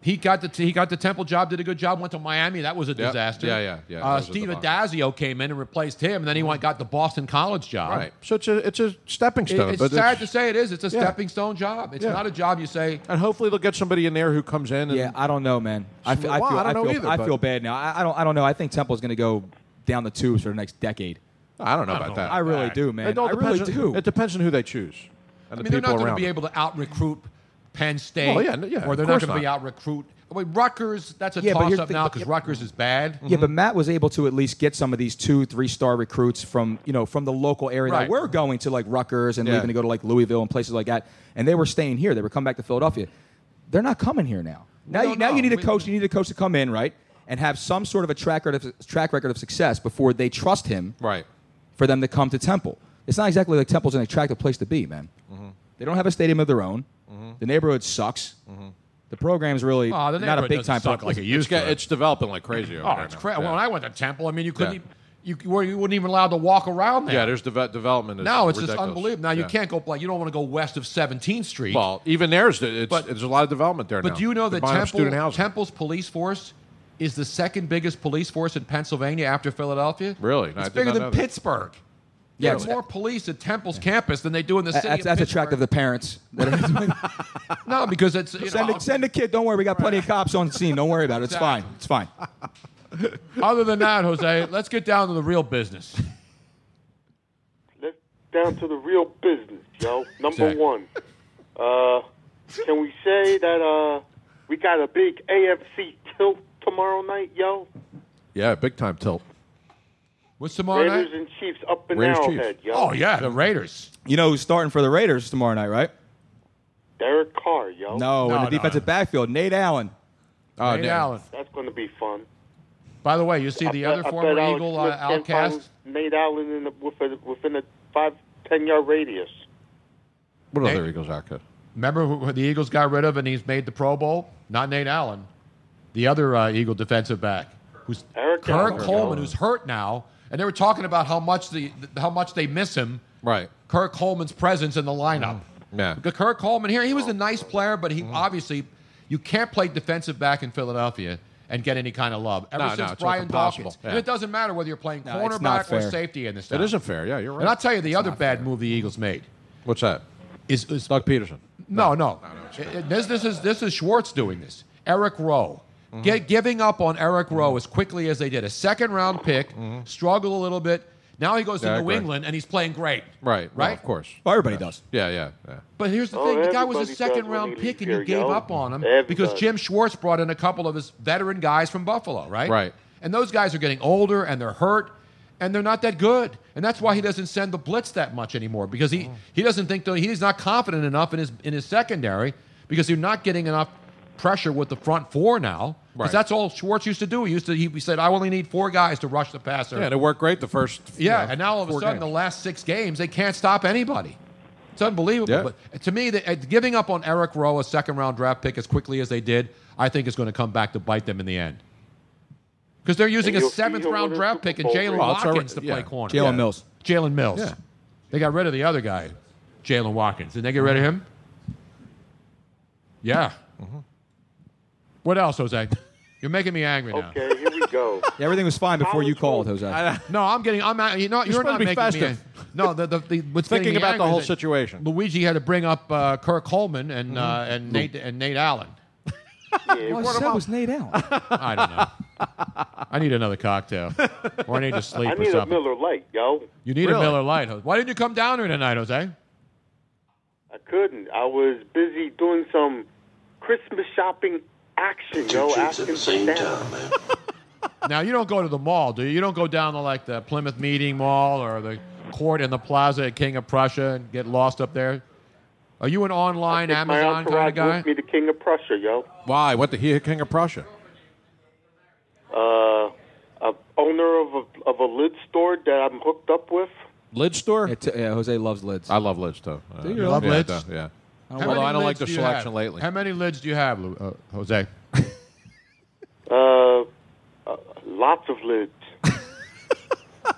[SPEAKER 8] He got the he got the Temple job, did a good job. Went to Miami. That was a disaster.
[SPEAKER 5] Yeah, yeah, yeah, that
[SPEAKER 8] Uh,
[SPEAKER 5] was a
[SPEAKER 8] Steve
[SPEAKER 5] debacle.
[SPEAKER 8] Adazio came in and replaced him, and then he went got the Boston College job.
[SPEAKER 5] Right. So it's a it's a stepping
[SPEAKER 8] It-
[SPEAKER 5] stone.
[SPEAKER 8] it's
[SPEAKER 5] but
[SPEAKER 8] sad to say it is. It's a
[SPEAKER 5] Yeah.
[SPEAKER 8] stepping stone job. It's
[SPEAKER 5] Yeah.
[SPEAKER 8] not a job you say.
[SPEAKER 5] And hopefully they'll get somebody in there who comes in. And,
[SPEAKER 6] Yeah, I don't know, man. I, fe- I
[SPEAKER 5] Well,
[SPEAKER 6] feel,
[SPEAKER 5] I don't know
[SPEAKER 6] feel,
[SPEAKER 5] either,
[SPEAKER 6] I
[SPEAKER 5] but-
[SPEAKER 6] feel bad now. I, I don't. I don't know. I think Temple's going to go down the tubes for the next decade.
[SPEAKER 5] I don't know about that.
[SPEAKER 6] I really do, man.
[SPEAKER 5] It all
[SPEAKER 6] I really
[SPEAKER 5] depends on-
[SPEAKER 6] do.
[SPEAKER 5] It depends on who they choose. And the
[SPEAKER 8] I mean, they're
[SPEAKER 5] people
[SPEAKER 8] not going
[SPEAKER 5] around
[SPEAKER 8] to be
[SPEAKER 5] them.
[SPEAKER 8] able to out recruit Penn State,
[SPEAKER 5] Well, yeah, no- yeah,
[SPEAKER 8] or
[SPEAKER 5] of
[SPEAKER 8] they're not
[SPEAKER 5] course
[SPEAKER 8] going to be
[SPEAKER 5] not.
[SPEAKER 8] out recruit. I mean, Rutgers, that's a
[SPEAKER 6] Yeah, but
[SPEAKER 8] toss
[SPEAKER 6] here's
[SPEAKER 8] up
[SPEAKER 6] the-
[SPEAKER 8] now
[SPEAKER 6] but-
[SPEAKER 8] because Rutgers is bad.
[SPEAKER 6] Yeah, but Matt was able to at least get some of these two, three star recruits from you know from the local area
[SPEAKER 8] Right.
[SPEAKER 6] that were going to like Rutgers and
[SPEAKER 5] Yeah.
[SPEAKER 6] leaving to go to like Louisville and places like that, and they were staying here. They were coming back to Philadelphia. They're not coming here now. Now you
[SPEAKER 8] don't
[SPEAKER 6] now
[SPEAKER 8] know.
[SPEAKER 6] you need a
[SPEAKER 8] We-
[SPEAKER 6] coach. You need a coach to come in right and have some sort of a track record of, track record of success before they trust him
[SPEAKER 5] Right.
[SPEAKER 6] for them to come to Temple. It's not exactly like Temple's an attractive place to be, man.
[SPEAKER 8] Mm-hmm.
[SPEAKER 6] They don't have a stadium of their own. The neighborhood sucks. The program's really
[SPEAKER 8] Mm-hmm. Oh, the
[SPEAKER 6] not a
[SPEAKER 8] neighborhood
[SPEAKER 6] big time
[SPEAKER 8] doesn't suck like it used
[SPEAKER 5] It's,
[SPEAKER 8] to.
[SPEAKER 5] got, it's developing like crazy. Over
[SPEAKER 8] Oh,
[SPEAKER 5] there
[SPEAKER 8] it's
[SPEAKER 5] now.
[SPEAKER 8] crap.
[SPEAKER 5] Yeah.
[SPEAKER 8] When I went to Temple, I mean, you couldn't,
[SPEAKER 5] Yeah.
[SPEAKER 8] e- you, were you weren't even allowed to walk around there.
[SPEAKER 5] yeah, there's deve- development. Is
[SPEAKER 8] now it's just
[SPEAKER 5] ridiculous.
[SPEAKER 8] unbelievable. Now you
[SPEAKER 5] Yeah.
[SPEAKER 8] can't go like you don't want to go west of 17th Street.
[SPEAKER 5] Well, even there's it's,
[SPEAKER 8] But-
[SPEAKER 5] there's a lot of development there.
[SPEAKER 8] but
[SPEAKER 5] now.
[SPEAKER 8] do you know
[SPEAKER 5] They're
[SPEAKER 8] that
[SPEAKER 5] buying up student
[SPEAKER 8] Temple,
[SPEAKER 5] housing?
[SPEAKER 8] Temple's police force is the second biggest police force in Pennsylvania after Philadelphia?
[SPEAKER 5] Really? No, I
[SPEAKER 8] it's
[SPEAKER 5] did
[SPEAKER 8] bigger
[SPEAKER 5] not
[SPEAKER 8] than
[SPEAKER 5] know that.
[SPEAKER 8] Pittsburgh.
[SPEAKER 6] Yeah,
[SPEAKER 8] Yeah, there's
[SPEAKER 6] it's-
[SPEAKER 8] more police at Temple's campus than they do in the city.
[SPEAKER 6] that's
[SPEAKER 8] of
[SPEAKER 6] that's
[SPEAKER 8] Pittsburgh.
[SPEAKER 6] attractive to parents.
[SPEAKER 8] no, because it's you
[SPEAKER 6] send,
[SPEAKER 8] know,
[SPEAKER 6] a, send a kid. Don't worry, we got plenty of cops on scene. Don't worry about it. It's fine. It's fine.
[SPEAKER 8] Other than that, Jose, let's get down to the real business.
[SPEAKER 7] down to the real business, yo. Number
[SPEAKER 8] Exactly.
[SPEAKER 7] one, uh, can we say that uh, we got a big AFC tilt tomorrow night, yo?
[SPEAKER 5] Yeah, big time tilt.
[SPEAKER 8] What's tomorrow night?
[SPEAKER 7] Raiders
[SPEAKER 8] Oh,
[SPEAKER 7] and Chiefs up in
[SPEAKER 6] Raiders,
[SPEAKER 7] Arrowhead,
[SPEAKER 6] Chiefs.
[SPEAKER 7] yo.
[SPEAKER 8] the Raiders.
[SPEAKER 6] You know who's starting for the Raiders tomorrow night, right?
[SPEAKER 7] Derek Carr, yo.
[SPEAKER 6] No, in the defensive backfield, Nate Allen.
[SPEAKER 5] Ah,
[SPEAKER 8] Oh, Nate Allen.
[SPEAKER 7] That's going to be fun.
[SPEAKER 8] By the way, you see
[SPEAKER 7] I
[SPEAKER 8] the
[SPEAKER 7] bet-
[SPEAKER 8] other
[SPEAKER 7] I oh,
[SPEAKER 8] former
[SPEAKER 7] bet Alex
[SPEAKER 8] Eagle uh,
[SPEAKER 7] Smith can
[SPEAKER 8] outcast.
[SPEAKER 7] find Nate Allen in the, within, within a five ten yard radius.
[SPEAKER 5] What other Eagles are good?
[SPEAKER 8] Remember who who the Eagles got rid of and he's made the Pro Bowl? Not Nate Allen, the other uh, Eagle defensive back, who's
[SPEAKER 7] Eric
[SPEAKER 8] Kirk
[SPEAKER 7] Allen.
[SPEAKER 8] Coleman, who's hurt now. And they were talking about how much the how much they miss him.
[SPEAKER 5] Right.
[SPEAKER 8] Kirk Coleman's presence in the lineup.
[SPEAKER 5] Mm-hmm. Yeah. Mm-hmm.
[SPEAKER 8] Good Kirk Coleman here. He was a nice player, but he obviously you can't play defensive back in Philadelphia and get any kind of love ever
[SPEAKER 5] No, no,
[SPEAKER 8] since
[SPEAKER 5] it's
[SPEAKER 8] Brian
[SPEAKER 5] impossible.
[SPEAKER 8] Dawkins.
[SPEAKER 5] Yeah.
[SPEAKER 8] And it doesn't matter whether you're playing
[SPEAKER 5] No, it's not
[SPEAKER 8] cornerback or
[SPEAKER 5] fair.
[SPEAKER 8] safety in this.
[SPEAKER 5] It
[SPEAKER 8] town.
[SPEAKER 5] isn't fair. Yeah, you're right.
[SPEAKER 8] And I'll tell you the other bad move the Eagles made.
[SPEAKER 5] What's that?
[SPEAKER 8] Is,
[SPEAKER 5] Doug Peterson?
[SPEAKER 8] No, no. It- it- this, this is this is Schwartz doing this. Eric Rowe.
[SPEAKER 5] Mm-hmm.
[SPEAKER 8] Get, giving up on Eric Rowe as quickly as they did. A second round pick, struggled a little bit. Now he goes
[SPEAKER 5] Mm-hmm. Yeah, I
[SPEAKER 8] to New
[SPEAKER 5] agree.
[SPEAKER 8] England and he's playing great.
[SPEAKER 5] Right. Right.
[SPEAKER 8] Right?
[SPEAKER 5] of course.
[SPEAKER 6] everybody does.
[SPEAKER 5] Yeah. Yeah. Yeah.
[SPEAKER 8] But here's the
[SPEAKER 7] Oh,
[SPEAKER 8] thing: the guy was a
[SPEAKER 7] everybody does
[SPEAKER 8] second
[SPEAKER 7] when
[SPEAKER 8] round
[SPEAKER 7] he
[SPEAKER 8] pick, and
[SPEAKER 7] leaves
[SPEAKER 8] you
[SPEAKER 7] here,
[SPEAKER 8] gave
[SPEAKER 7] yo.
[SPEAKER 8] up on him because
[SPEAKER 7] Everybody.
[SPEAKER 8] Jim Schwartz brought in a couple of his veteran guys from Buffalo, right?
[SPEAKER 5] Right.
[SPEAKER 8] And those guys are getting older, and they're hurt, and they're not that good, and that's why he doesn't send the blitz that much anymore because he
[SPEAKER 5] Oh.
[SPEAKER 8] he doesn't think that he's not confident enough in his in his secondary because you're not getting enough pressure with the front four now. Because
[SPEAKER 5] Right.
[SPEAKER 8] that's all Schwartz used to do. He used to he, he said, "I only need four guys to rush the passer."
[SPEAKER 5] Yeah, and it worked great the first. you
[SPEAKER 8] Yeah,
[SPEAKER 5] know,
[SPEAKER 8] and now all of a
[SPEAKER 5] four
[SPEAKER 8] sudden,
[SPEAKER 5] games.
[SPEAKER 8] the last six games, they can't stop anybody. It's unbelievable. But to me, the, uh, giving up on Eric Rowe, a second round draft pick, as quickly as they did, I think is going to come back to bite them in the end. Because they're using
[SPEAKER 5] And you'll
[SPEAKER 8] a
[SPEAKER 5] see
[SPEAKER 8] seventh
[SPEAKER 5] who
[SPEAKER 8] round
[SPEAKER 5] won
[SPEAKER 8] draft
[SPEAKER 5] the
[SPEAKER 8] pick and
[SPEAKER 5] Super Bowl
[SPEAKER 8] Jalen
[SPEAKER 5] ring. Oh, it's already-
[SPEAKER 8] Watkins to play
[SPEAKER 5] yeah.
[SPEAKER 8] corner.
[SPEAKER 5] Jalen Mills.
[SPEAKER 8] Jalen Mills.
[SPEAKER 5] Yeah.
[SPEAKER 8] They got rid of the other guy, Jalen Watkins. Didn't they get rid of him? Yeah.
[SPEAKER 5] Mm-hmm.
[SPEAKER 8] What else, Jose? You're making me
[SPEAKER 5] Oh,
[SPEAKER 8] angry now.
[SPEAKER 7] Okay, here we go.
[SPEAKER 6] Yeah, everything was fine before you called, Jose.
[SPEAKER 8] no, I'm getting. I'm. out- You know,
[SPEAKER 5] You're
[SPEAKER 8] you're,
[SPEAKER 5] supposed
[SPEAKER 8] not
[SPEAKER 5] to be
[SPEAKER 8] making me.
[SPEAKER 5] festive.
[SPEAKER 8] ang- No, the, the, the what's
[SPEAKER 5] Thinking
[SPEAKER 8] making me
[SPEAKER 5] about the
[SPEAKER 8] angry is
[SPEAKER 5] whole
[SPEAKER 8] that
[SPEAKER 5] situation. Mm-hmm.
[SPEAKER 8] Luigi had to bring up uh, Kirk Coleman and uh, and Nate and Nate Allen.
[SPEAKER 6] Well, I said it was Nate Allen.
[SPEAKER 8] I don't know. I need another cocktail, or I need to sleep
[SPEAKER 7] I
[SPEAKER 8] or
[SPEAKER 7] need a
[SPEAKER 8] something.
[SPEAKER 7] Miller Lite, yo.
[SPEAKER 8] you need
[SPEAKER 7] Really?
[SPEAKER 8] a Miller Light. Why didn't you come down here tonight, Jose?
[SPEAKER 7] I couldn't. I was busy doing some Christmas shopping action, yo. asking for that.
[SPEAKER 8] Now you don't go to the mall, do you? You don't go down to like the Plymouth Meeting Mall or the Court in the Plaza at King of Prussia and get lost up there. Are you an online
[SPEAKER 7] My
[SPEAKER 8] Amazon kind
[SPEAKER 7] entourage
[SPEAKER 8] of guy?
[SPEAKER 7] moved me to King of Prussia, yo.
[SPEAKER 5] Why? What the he King of Prussia?
[SPEAKER 7] Uh, a owner of a, of a lid store that I'm hooked up with.
[SPEAKER 5] Lid store?
[SPEAKER 6] Yeah, Jose loves lids.
[SPEAKER 5] I love lids too. Uh,
[SPEAKER 6] Do you love
[SPEAKER 5] yeah,
[SPEAKER 6] lids?
[SPEAKER 5] I do, Yeah.
[SPEAKER 6] How
[SPEAKER 5] Although
[SPEAKER 8] many
[SPEAKER 5] I don't like
[SPEAKER 8] lids
[SPEAKER 5] the
[SPEAKER 8] do you
[SPEAKER 5] selection
[SPEAKER 8] have?
[SPEAKER 5] lately.
[SPEAKER 8] How many lids do you have, Lu- uh, Jose?
[SPEAKER 7] Uh, uh, lots of lids.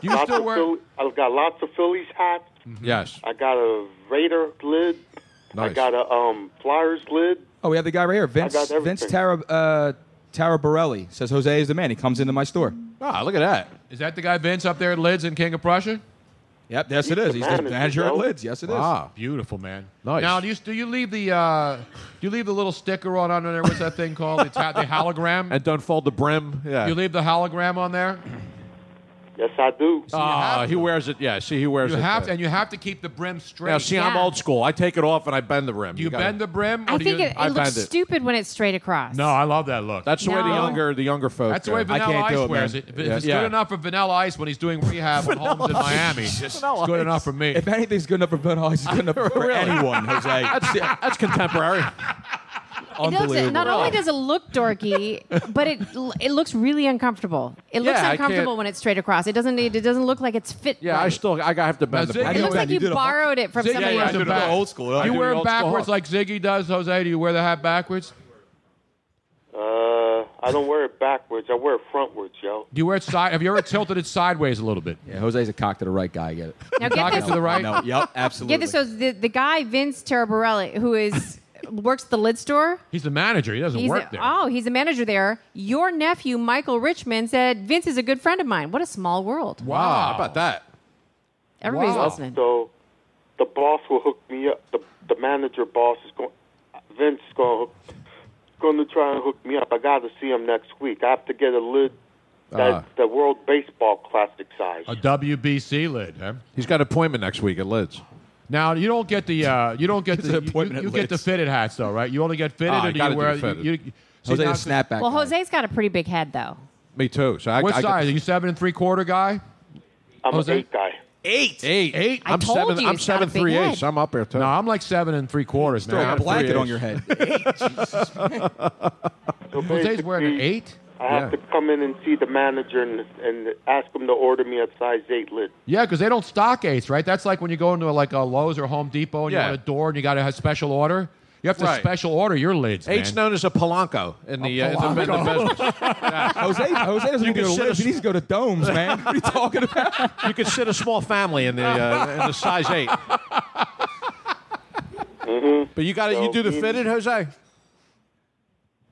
[SPEAKER 8] You
[SPEAKER 7] lots
[SPEAKER 8] still
[SPEAKER 7] of
[SPEAKER 8] wear- Hmm.
[SPEAKER 7] Philly, I've got lots of Phillies hats.
[SPEAKER 5] Yes.
[SPEAKER 7] I got a Raider lid. I
[SPEAKER 6] Nice.
[SPEAKER 7] got a um, Flyers lid.
[SPEAKER 6] Oh, we have the guy right here, Vince.
[SPEAKER 7] got everything.
[SPEAKER 6] Vince Tara uh, Tara Barelli says Jose is the man. He comes into my store.
[SPEAKER 5] Ah, look at that.
[SPEAKER 8] Is that the guy Vince up there at Lids in King of Prussia?
[SPEAKER 6] Yep, yes it is. He's the manager at Lids. Yes, it is.
[SPEAKER 5] Wow.
[SPEAKER 8] beautiful man.
[SPEAKER 5] Nice.
[SPEAKER 8] Now, do you do you leave the uh, do you leave the little sticker on under there? What's that thing called? The, ta- the hologram.
[SPEAKER 5] and don't fold the brim. Yeah.
[SPEAKER 8] You leave the hologram on there.
[SPEAKER 7] Yes, I do.
[SPEAKER 5] Ah, he wears it. Yeah. See, he wears
[SPEAKER 8] You
[SPEAKER 5] it.
[SPEAKER 8] have to,
[SPEAKER 5] uh,
[SPEAKER 8] and you have to keep the brim straight.
[SPEAKER 5] Now, see, I'm old school. I take it off and I bend the rim.
[SPEAKER 8] Do you
[SPEAKER 5] gotta-
[SPEAKER 8] bend the brim? or
[SPEAKER 4] I
[SPEAKER 8] do
[SPEAKER 4] think
[SPEAKER 8] you,
[SPEAKER 4] it, it looks stupid when it's straight across.
[SPEAKER 8] No, I love that look.
[SPEAKER 5] That's the way the
[SPEAKER 4] No.
[SPEAKER 5] younger the younger folks.
[SPEAKER 8] That's the way
[SPEAKER 5] uh,
[SPEAKER 8] Vanilla Ice wears it. If it's good enough for Vanilla Ice when he's doing rehab on homes in Miami, it's good enough for me.
[SPEAKER 6] If anything's good enough for Ben Hall, it's good enough for anyone, Jose.
[SPEAKER 5] That's, that's contemporary.
[SPEAKER 4] It looks-
[SPEAKER 6] Unbelievable.
[SPEAKER 4] not only does it look dorky, but it l- it looks really uncomfortable. It looks
[SPEAKER 5] Yeah, I
[SPEAKER 4] uncomfortable
[SPEAKER 5] can't-
[SPEAKER 4] when it's straight across. It doesn't need- it doesn't look like it's fit.
[SPEAKER 5] Yeah, I
[SPEAKER 4] right.
[SPEAKER 5] still I have to bend
[SPEAKER 8] Now,
[SPEAKER 5] the
[SPEAKER 8] Ziggy-
[SPEAKER 5] brim.
[SPEAKER 4] it looks like you
[SPEAKER 5] do the Hulk.
[SPEAKER 4] borrowed it from
[SPEAKER 8] Ziggy
[SPEAKER 4] somebody
[SPEAKER 8] wears
[SPEAKER 4] else.
[SPEAKER 8] it back.
[SPEAKER 5] I
[SPEAKER 8] You
[SPEAKER 5] do
[SPEAKER 8] wear
[SPEAKER 5] the
[SPEAKER 8] it
[SPEAKER 5] old school
[SPEAKER 8] backwards
[SPEAKER 5] Hulk.
[SPEAKER 8] like Ziggy does, Jose. Do you wear the hat backwards?
[SPEAKER 7] Uh, I don't wear it backwards. I wear it frontwards, yo.
[SPEAKER 8] Do you wear it side? Have you ever tilted it sideways a little bit?
[SPEAKER 6] Yeah, Jose's a cock to the right guy. I get it.
[SPEAKER 4] Now get
[SPEAKER 8] Pocket
[SPEAKER 4] this.
[SPEAKER 8] to the right.
[SPEAKER 6] No, yep, absolutely.
[SPEAKER 4] Get this. So the, the guy Vince Terabarelli, who is works at the lid store.
[SPEAKER 8] He's the manager. He doesn't
[SPEAKER 4] He's
[SPEAKER 8] work
[SPEAKER 4] a-
[SPEAKER 8] there.
[SPEAKER 4] Oh, he's a manager there. Your nephew Michael Richmond said Vince is a good friend of mine. What a small world.
[SPEAKER 8] wow.
[SPEAKER 5] How about that?
[SPEAKER 4] Everybody's listening.
[SPEAKER 7] So the boss will hook me up. The the manager boss is going. Vince is going going to try and hook me up. I got to see him next week. I have to get a lid that
[SPEAKER 8] Ah.
[SPEAKER 7] the World Baseball Classic size.
[SPEAKER 8] A WBC lid. Huh?
[SPEAKER 5] He's got an appointment next week at Lids.
[SPEAKER 8] Now you don't get the uh, you don't get
[SPEAKER 5] It's
[SPEAKER 8] the
[SPEAKER 5] an
[SPEAKER 8] you-
[SPEAKER 5] appointment
[SPEAKER 8] you,
[SPEAKER 5] at
[SPEAKER 8] you get the
[SPEAKER 5] Lids.
[SPEAKER 8] fitted hats though, right? You only get fitted,
[SPEAKER 5] Ah,
[SPEAKER 8] or
[SPEAKER 5] you
[SPEAKER 8] do
[SPEAKER 5] gotta
[SPEAKER 8] you
[SPEAKER 5] do
[SPEAKER 8] wear
[SPEAKER 5] fitted.
[SPEAKER 8] You, you,
[SPEAKER 5] Jose,
[SPEAKER 8] now-
[SPEAKER 5] a snapback
[SPEAKER 4] Well, Jose's got a pretty big head, though.
[SPEAKER 5] Me too. So I,
[SPEAKER 8] What
[SPEAKER 5] I
[SPEAKER 8] size? Are you seven and three quarter guy?
[SPEAKER 7] I'm
[SPEAKER 8] Jose?
[SPEAKER 7] an eight guy.
[SPEAKER 8] Eight. Eight. Eight.
[SPEAKER 5] I I'm told seven- you, I'm it's got seven a big three head. eighths. I'm up there too.
[SPEAKER 8] No, I'm like seven and three quarters.
[SPEAKER 5] Throw
[SPEAKER 8] man.
[SPEAKER 5] a
[SPEAKER 8] I'm
[SPEAKER 5] blanket
[SPEAKER 8] three
[SPEAKER 5] on your
[SPEAKER 8] eighths.
[SPEAKER 7] Jose's
[SPEAKER 8] wearing an eight.
[SPEAKER 7] I have to come in and see the manager and and ask him to order me a size eight lid.
[SPEAKER 8] Yeah, because they don't stock eights, right? That's like when you go into like a Lowe's or Home Depot and
[SPEAKER 5] Yeah.
[SPEAKER 8] you want a door and you got to have special order. You have to
[SPEAKER 5] Right.
[SPEAKER 8] special order your lids.
[SPEAKER 5] Eight's
[SPEAKER 8] man.
[SPEAKER 5] known as a Polanco in the, uh, in the, in the
[SPEAKER 8] Polanco.
[SPEAKER 5] business.
[SPEAKER 6] Jose,
[SPEAKER 5] You
[SPEAKER 6] Jose doesn't want to
[SPEAKER 5] can
[SPEAKER 6] go to
[SPEAKER 5] sit
[SPEAKER 6] lives.
[SPEAKER 5] a-
[SPEAKER 6] He needs to go to domes, man. What are you talking about?
[SPEAKER 5] You could sit a small family in the uh, in the size eight. But you got it. You do the fitted, Jose.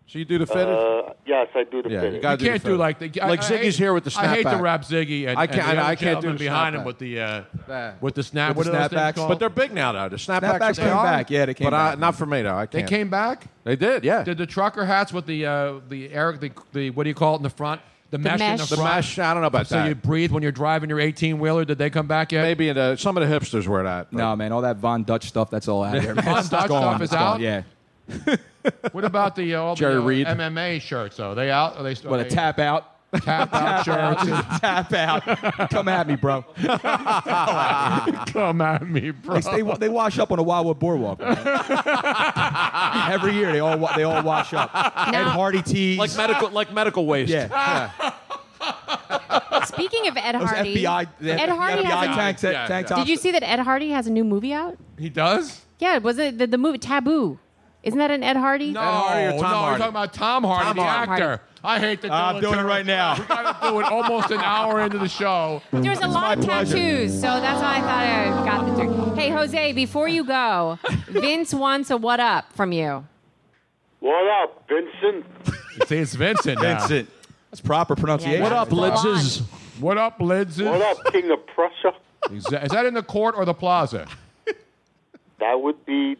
[SPEAKER 5] So you do the fitted.
[SPEAKER 7] Uh, yes, I do the
[SPEAKER 5] Yeah, you
[SPEAKER 7] fitted.
[SPEAKER 5] gotta
[SPEAKER 8] You can't do like the I-
[SPEAKER 5] Like
[SPEAKER 8] I
[SPEAKER 5] Ziggy's
[SPEAKER 8] hate-
[SPEAKER 5] here with the
[SPEAKER 8] I hate to
[SPEAKER 5] snapback.
[SPEAKER 8] wrap Ziggy and
[SPEAKER 5] I
[SPEAKER 8] and
[SPEAKER 5] can't-
[SPEAKER 8] the
[SPEAKER 5] I
[SPEAKER 8] other
[SPEAKER 5] can't do
[SPEAKER 8] gentleman
[SPEAKER 5] the
[SPEAKER 8] behind him
[SPEAKER 5] snapback.
[SPEAKER 8] with the uh,
[SPEAKER 5] That.
[SPEAKER 8] with the snap
[SPEAKER 5] With the
[SPEAKER 8] what are those things
[SPEAKER 5] snapbacks.
[SPEAKER 8] called?
[SPEAKER 5] But they're big now, though. The snapbacks,
[SPEAKER 6] Snapbacks
[SPEAKER 5] they
[SPEAKER 6] came
[SPEAKER 5] are.
[SPEAKER 6] back. Yeah, they came
[SPEAKER 5] but I,
[SPEAKER 6] back.
[SPEAKER 5] not for me though. I
[SPEAKER 8] They
[SPEAKER 5] can't.
[SPEAKER 8] came back.
[SPEAKER 5] They did. Yeah.
[SPEAKER 8] Did the trucker hats with the uh, the air the, the what do you call it in the front? The, mesh, in the
[SPEAKER 4] mesh.
[SPEAKER 8] front.
[SPEAKER 4] The
[SPEAKER 5] mesh, I don't know about
[SPEAKER 8] so
[SPEAKER 5] that.
[SPEAKER 8] you breathe when you're driving your 18 wheeler. Did they come back yet?
[SPEAKER 5] Maybe in the, some of the hipsters were that. but-
[SPEAKER 6] No, man, all that Von Dutch stuff, that's all out of there. man.
[SPEAKER 8] Von
[SPEAKER 6] It's
[SPEAKER 8] Dutch
[SPEAKER 6] gone.
[SPEAKER 8] stuff is
[SPEAKER 6] It's gone.
[SPEAKER 8] out?
[SPEAKER 6] Yeah.
[SPEAKER 8] What about the uh, all
[SPEAKER 6] Jerry
[SPEAKER 8] the, uh,
[SPEAKER 6] Reed.
[SPEAKER 8] MMA shirts though? They out? Are they still?
[SPEAKER 6] What, a tap out?
[SPEAKER 8] tap out shirts.
[SPEAKER 6] tap out. Come at me, bro.
[SPEAKER 8] Come at me, bro.
[SPEAKER 6] They, they, wa- they wash up on a Wildwood Boardwalk. man. Every year, they all wa- they all wash up. Ed Hardy tees.
[SPEAKER 5] Like medical, like medical waste.
[SPEAKER 6] yeah. yeah.
[SPEAKER 4] Speaking of Ed
[SPEAKER 6] Those
[SPEAKER 4] Hardy,
[SPEAKER 6] FBI, the
[SPEAKER 4] Ed Hardy
[SPEAKER 6] FBI
[SPEAKER 4] has.
[SPEAKER 6] tank,
[SPEAKER 8] Yeah,
[SPEAKER 6] tank
[SPEAKER 4] A,
[SPEAKER 6] tops.
[SPEAKER 4] did you see that Ed Hardy has a new movie out?
[SPEAKER 8] He does.
[SPEAKER 4] Yeah, was it the, the movie Taboo? Isn't that an Ed Hardy?
[SPEAKER 8] No,
[SPEAKER 5] Hardy or Tom
[SPEAKER 8] no, we're
[SPEAKER 5] Hardy?
[SPEAKER 8] talking about Tom Hardy,
[SPEAKER 5] Tom
[SPEAKER 8] the
[SPEAKER 5] Hardy.
[SPEAKER 8] actor. I hate to do
[SPEAKER 6] I'm
[SPEAKER 8] it.
[SPEAKER 6] doing
[SPEAKER 8] to
[SPEAKER 6] it
[SPEAKER 8] him.
[SPEAKER 6] right now.
[SPEAKER 8] We gotta do it almost an hour into the show.
[SPEAKER 4] There's a lot of tattoos, so that's why I thought I got the three. Hey, Jose, before you go, Vince wants a what up from you.
[SPEAKER 7] What up, Vincent?
[SPEAKER 8] See, it's Vincent. now.
[SPEAKER 6] Vincent. That's proper pronunciation.
[SPEAKER 4] What up, Litzes?
[SPEAKER 8] What up, Lindsay?
[SPEAKER 7] What up, King of Prussia?
[SPEAKER 8] Is that- is that in the court or the plaza?
[SPEAKER 7] That would be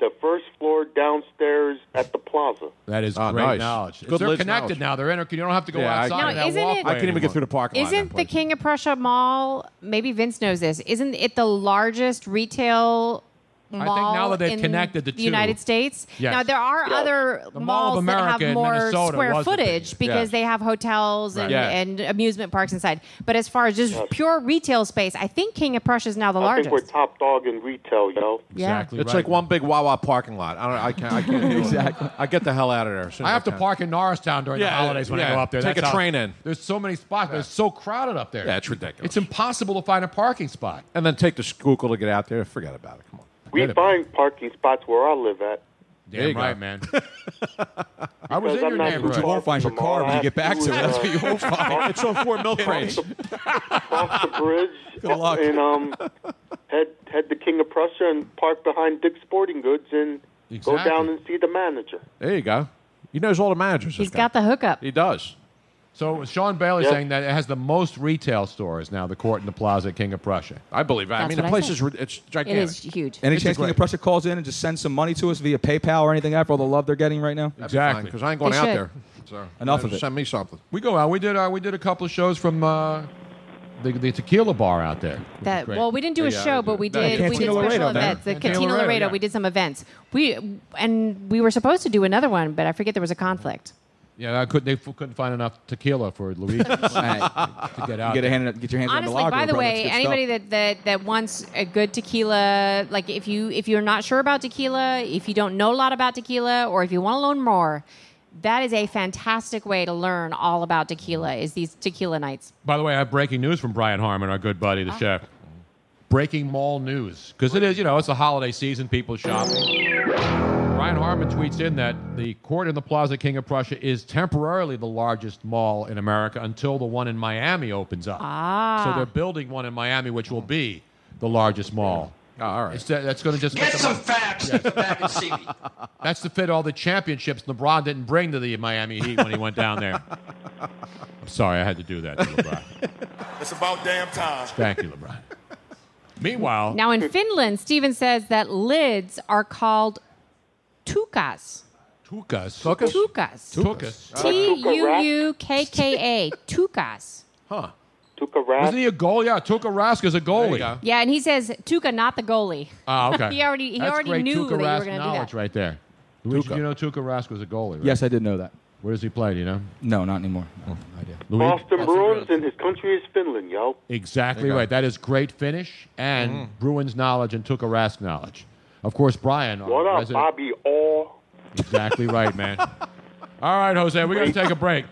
[SPEAKER 7] the first floor downstairs at the plaza.
[SPEAKER 8] That is
[SPEAKER 5] Oh,
[SPEAKER 8] great
[SPEAKER 5] nice.
[SPEAKER 8] knowledge.
[SPEAKER 5] Good
[SPEAKER 8] they're
[SPEAKER 5] Liz
[SPEAKER 8] connected
[SPEAKER 5] knowledge.
[SPEAKER 8] now. They're interconnected. You don't have to go
[SPEAKER 5] Yeah, I-
[SPEAKER 8] outside.
[SPEAKER 5] Now,
[SPEAKER 8] of that
[SPEAKER 4] isn't it-
[SPEAKER 8] walkway
[SPEAKER 5] I couldn't even get
[SPEAKER 8] anymore.
[SPEAKER 5] through the parking lot.
[SPEAKER 4] Isn't
[SPEAKER 5] that
[SPEAKER 4] the
[SPEAKER 5] place.
[SPEAKER 4] King of Prussia Mall? Maybe Vince knows this. Isn't it the largest retail?
[SPEAKER 8] think
[SPEAKER 4] mall
[SPEAKER 8] now that they've
[SPEAKER 4] in
[SPEAKER 8] connected the
[SPEAKER 4] the
[SPEAKER 8] two.
[SPEAKER 4] United States.
[SPEAKER 8] Yes.
[SPEAKER 4] Now there are other
[SPEAKER 8] The Mall
[SPEAKER 4] malls
[SPEAKER 8] of
[SPEAKER 4] that
[SPEAKER 8] America
[SPEAKER 4] have
[SPEAKER 8] in
[SPEAKER 4] more
[SPEAKER 8] Minnesota
[SPEAKER 4] square
[SPEAKER 8] was the
[SPEAKER 4] footage
[SPEAKER 8] biggest.
[SPEAKER 4] because
[SPEAKER 5] Yeah.
[SPEAKER 4] they have hotels and,
[SPEAKER 8] Right. Yeah.
[SPEAKER 4] and amusement parks inside. But as far as just pure retail space, I think King of Prussia is now the
[SPEAKER 7] I
[SPEAKER 4] largest.
[SPEAKER 7] think we're top dog in retail, yo.
[SPEAKER 4] yeah.
[SPEAKER 8] Exactly
[SPEAKER 5] It's
[SPEAKER 8] right.
[SPEAKER 5] like one big Wawa parking lot. I don't. I can't. I can't. exactly. I get the hell out of there. as soon
[SPEAKER 8] I
[SPEAKER 5] as
[SPEAKER 8] have to
[SPEAKER 5] can.
[SPEAKER 8] park in Norristown during the
[SPEAKER 5] Yeah,
[SPEAKER 8] holidays when I
[SPEAKER 5] yeah.
[SPEAKER 8] go up there.
[SPEAKER 5] Take
[SPEAKER 8] That's
[SPEAKER 5] a
[SPEAKER 8] how-
[SPEAKER 5] train in.
[SPEAKER 8] There's so many spots. It's so crowded up there.
[SPEAKER 5] Yeah, it's ridiculous.
[SPEAKER 8] It's impossible to find a parking spot.
[SPEAKER 5] and then take the Schuylkill to get out there. Forget about it. Come on.
[SPEAKER 7] We
[SPEAKER 5] Forget about it.
[SPEAKER 7] find parking spots where I live at.
[SPEAKER 5] There
[SPEAKER 8] Damn
[SPEAKER 5] you go.
[SPEAKER 8] right, man. I was
[SPEAKER 7] Because
[SPEAKER 6] But you
[SPEAKER 8] in your
[SPEAKER 7] I'm not too
[SPEAKER 8] neighborhood.
[SPEAKER 7] far
[SPEAKER 6] won't find your
[SPEAKER 7] from the mall.
[SPEAKER 6] car when
[SPEAKER 7] I
[SPEAKER 6] you get
[SPEAKER 7] have
[SPEAKER 6] back to it. That's
[SPEAKER 7] uh,
[SPEAKER 6] what you won't find.
[SPEAKER 5] It's on four milk crates.
[SPEAKER 7] Cross the bridge
[SPEAKER 6] Good luck.
[SPEAKER 7] and um, head head to King of Prussia and park behind Dick's Sporting Goods and go
[SPEAKER 8] Exactly.
[SPEAKER 7] down and see the manager.
[SPEAKER 5] There you go. He knows all the managers.
[SPEAKER 4] He's got the hookup.
[SPEAKER 5] He does.
[SPEAKER 8] So Sean Bailey
[SPEAKER 7] Yep.
[SPEAKER 8] saying that it has the most retail stores now, the court and the plaza, at King of Prussia.
[SPEAKER 5] I believe. That. I
[SPEAKER 4] That's
[SPEAKER 5] mean, the
[SPEAKER 4] what I
[SPEAKER 5] place
[SPEAKER 4] said.
[SPEAKER 5] is re- it's
[SPEAKER 4] It
[SPEAKER 5] gigantic.
[SPEAKER 4] is huge.
[SPEAKER 6] Any
[SPEAKER 8] It's
[SPEAKER 6] chance King
[SPEAKER 8] great.
[SPEAKER 6] of Prussia calls in and just sends some money to us via PayPal or anything after all the love they're getting right now?
[SPEAKER 8] Exactly.
[SPEAKER 5] Because I ain't going
[SPEAKER 4] They
[SPEAKER 5] out
[SPEAKER 4] should.
[SPEAKER 5] there. So
[SPEAKER 6] Enough of it.
[SPEAKER 5] Send me something.
[SPEAKER 8] We go out. We did. Uh, we did a couple of shows from uh, the, the tequila bar out there.
[SPEAKER 4] That well, we didn't do a
[SPEAKER 5] Yeah,
[SPEAKER 4] show,
[SPEAKER 5] they
[SPEAKER 4] but
[SPEAKER 5] do.
[SPEAKER 4] we
[SPEAKER 5] No,
[SPEAKER 4] did. We did
[SPEAKER 6] Cantina
[SPEAKER 4] special
[SPEAKER 6] Laredo, man.
[SPEAKER 4] events. The
[SPEAKER 8] Cantina
[SPEAKER 4] Cantina
[SPEAKER 8] Laredo,
[SPEAKER 4] Laredo.
[SPEAKER 8] yeah.
[SPEAKER 4] We did some events. We and we were supposed to do another one, but I forget there was a conflict.
[SPEAKER 8] Yeah, I couldn't. They f- couldn't find enough tequila for Luigi to
[SPEAKER 6] All right.
[SPEAKER 8] get
[SPEAKER 6] You
[SPEAKER 8] out.
[SPEAKER 6] get, a
[SPEAKER 8] there.
[SPEAKER 6] hand, get your hands on the
[SPEAKER 4] Honestly,
[SPEAKER 6] lager,
[SPEAKER 4] by the
[SPEAKER 6] bro. That's
[SPEAKER 4] way,
[SPEAKER 6] good
[SPEAKER 4] anybody
[SPEAKER 6] stuff.
[SPEAKER 4] that, that that wants a good tequila, like if you if you're not sure about tequila, if you don't know a lot about tequila, or if you want to learn more, that is a fantastic way to learn all about tequila. Is these tequila nights?
[SPEAKER 8] By the way, I have breaking news from Brian Harmon, our good buddy, the chef. Breaking mall news because it is. You know, it's the holiday season. People shopping. Brian Harmon tweets in that the court in the Plaza King of Prussia is temporarily the largest mall in America until the one in Miami opens up. Ah. So they're building one in Miami, which will be the largest mall.
[SPEAKER 5] Oh, all right.
[SPEAKER 8] It's- that's going to just get some facts back and see me. That's to fit all the championships LeBron didn't bring to the Miami Heat when he went down there. I'm sorry, I had to do that to LeBron.
[SPEAKER 11] It's about damn time.
[SPEAKER 8] Thank you, LeBron. Meanwhile,
[SPEAKER 4] Now in Finland, Steven says that lids are called tukas.
[SPEAKER 8] Tukas.
[SPEAKER 4] Tukas.
[SPEAKER 8] Tukas.
[SPEAKER 4] T U U K K A. Tukas.
[SPEAKER 8] Huh. Tuka Rask. Isn't he a goalie? Yeah, Tuka Rask is a goalie.
[SPEAKER 4] Yeah, and he says Tuka, not the goalie.
[SPEAKER 8] Oh, okay.
[SPEAKER 4] he already he
[SPEAKER 8] That's
[SPEAKER 4] already
[SPEAKER 8] great
[SPEAKER 4] knew
[SPEAKER 8] Tuukka
[SPEAKER 4] that you
[SPEAKER 8] Rask
[SPEAKER 4] were going to do
[SPEAKER 8] knowledge
[SPEAKER 4] that.
[SPEAKER 8] right there. Luigi, you know Tuka Rask was a goalie, right?
[SPEAKER 6] Yes, I did know that.
[SPEAKER 8] Where does he play? Do you know?
[SPEAKER 6] No, not anymore. No idea.
[SPEAKER 8] Luigi?
[SPEAKER 7] Boston Bruins and his country is Finland, yo.
[SPEAKER 8] Exactly
[SPEAKER 7] There you go.
[SPEAKER 8] right. That is great finish and Bruins knowledge and Tuka Rask knowledge. Of course, Brian. our
[SPEAKER 7] What up,
[SPEAKER 8] Oh, resident-
[SPEAKER 7] Bobby Orr?
[SPEAKER 8] Exactly right, man. All right, Jose, we're going to take a break.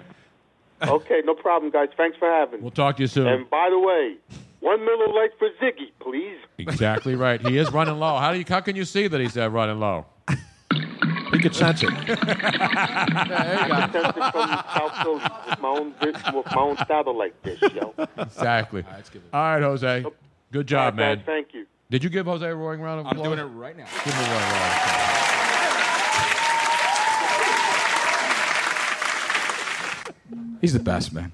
[SPEAKER 7] Okay, no problem, guys. Thanks for having me.
[SPEAKER 8] We'll talk to you soon.
[SPEAKER 7] And by the way, one Miller Lite for Ziggy, please.
[SPEAKER 8] Exactly right. He is running low. How do you? How can you see that he's uh, running low? He could sense it.
[SPEAKER 7] I can sense it from South Philly with my own, vi- with my own satellite dish, yo.
[SPEAKER 8] Exactly. All right, Jose. Good job,
[SPEAKER 7] All right,
[SPEAKER 8] man.
[SPEAKER 7] guys, thank you.
[SPEAKER 8] Did you give Jose a roaring round of
[SPEAKER 7] I'm
[SPEAKER 8] applause?
[SPEAKER 7] doing
[SPEAKER 6] it right now.
[SPEAKER 8] Give him a roaring round. of applause.
[SPEAKER 6] He's the best, man.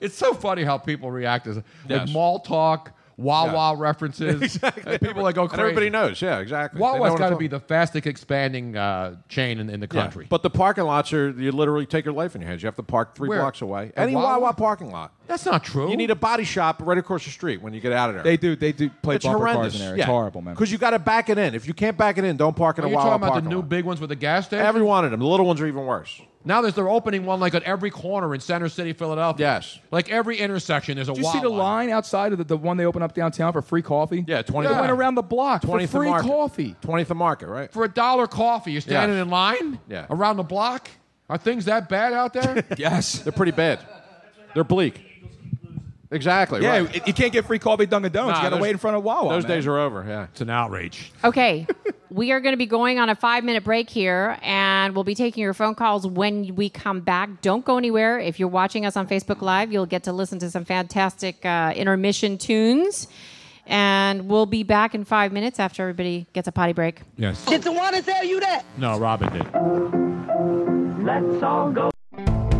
[SPEAKER 8] It's so funny how people react to like
[SPEAKER 6] Yes.
[SPEAKER 8] mall talk, Wawa references.
[SPEAKER 5] Exactly.
[SPEAKER 8] and People that go
[SPEAKER 5] And
[SPEAKER 8] Oh, crazy.
[SPEAKER 5] everybody knows. Yeah, exactly. They know what
[SPEAKER 8] Wawa's
[SPEAKER 5] I'm
[SPEAKER 8] got to
[SPEAKER 5] talking
[SPEAKER 8] be the fastest expanding uh, chain in, in the
[SPEAKER 5] Yeah,
[SPEAKER 8] country.
[SPEAKER 5] But the parking lots are, you literally take your life in your hands. You have to park three
[SPEAKER 8] Where?
[SPEAKER 5] blocks away.
[SPEAKER 8] A
[SPEAKER 5] Any
[SPEAKER 8] Wawa?
[SPEAKER 5] Wawa? parking lot.
[SPEAKER 8] That's not true.
[SPEAKER 5] You need a body shop right across the street when you get out of there.
[SPEAKER 6] They do. They do play
[SPEAKER 5] it's
[SPEAKER 6] bumper
[SPEAKER 5] horrendous.
[SPEAKER 6] cars in there. It's horrible, man.
[SPEAKER 5] Because you got to back it in. If you can't back it in, don't park in
[SPEAKER 8] Are
[SPEAKER 5] a
[SPEAKER 8] you
[SPEAKER 5] Wawa
[SPEAKER 8] talking about the
[SPEAKER 5] parking
[SPEAKER 8] new
[SPEAKER 5] lot.
[SPEAKER 8] big ones with the gas station?
[SPEAKER 5] Every one of them. The little ones are even worse.
[SPEAKER 8] Now there's they're opening one like at every corner in Center City, Philadelphia.
[SPEAKER 5] Yes.
[SPEAKER 8] Like every intersection, there's a
[SPEAKER 6] Did you
[SPEAKER 8] Wawa.
[SPEAKER 6] see the line outside of the, the one they opened up downtown for free coffee? Yeah,
[SPEAKER 8] 20
[SPEAKER 6] They went around the block for
[SPEAKER 5] 20th and
[SPEAKER 6] free
[SPEAKER 5] Market.
[SPEAKER 6] coffee.
[SPEAKER 5] 20th and Market, right?
[SPEAKER 8] For a dollar coffee, you're standing
[SPEAKER 5] Yes.
[SPEAKER 8] in line
[SPEAKER 5] Yeah.
[SPEAKER 8] around the block. Are things that bad out there?
[SPEAKER 5] yes. They're pretty bad. They're bleak. Exactly.
[SPEAKER 6] Yeah,
[SPEAKER 5] right.
[SPEAKER 6] you can't get free coffee at Dunkin'
[SPEAKER 5] Nah,
[SPEAKER 6] Donuts. you got to
[SPEAKER 5] those-
[SPEAKER 6] wait in front of Wawa.
[SPEAKER 5] Those
[SPEAKER 6] man.
[SPEAKER 5] days are over. Yeah.
[SPEAKER 8] It's an outrage.
[SPEAKER 4] Okay. we are going to be going on a five minute break here, and we'll be taking your phone calls when we come back. Don't go anywhere. If you're watching us on Facebook Live, you'll get to listen to some fantastic uh, intermission tunes. And we'll be back in five minutes after everybody gets a potty break.
[SPEAKER 8] Yes.
[SPEAKER 11] Did someone tell you that?
[SPEAKER 8] No, Robin did.
[SPEAKER 11] Let's all go.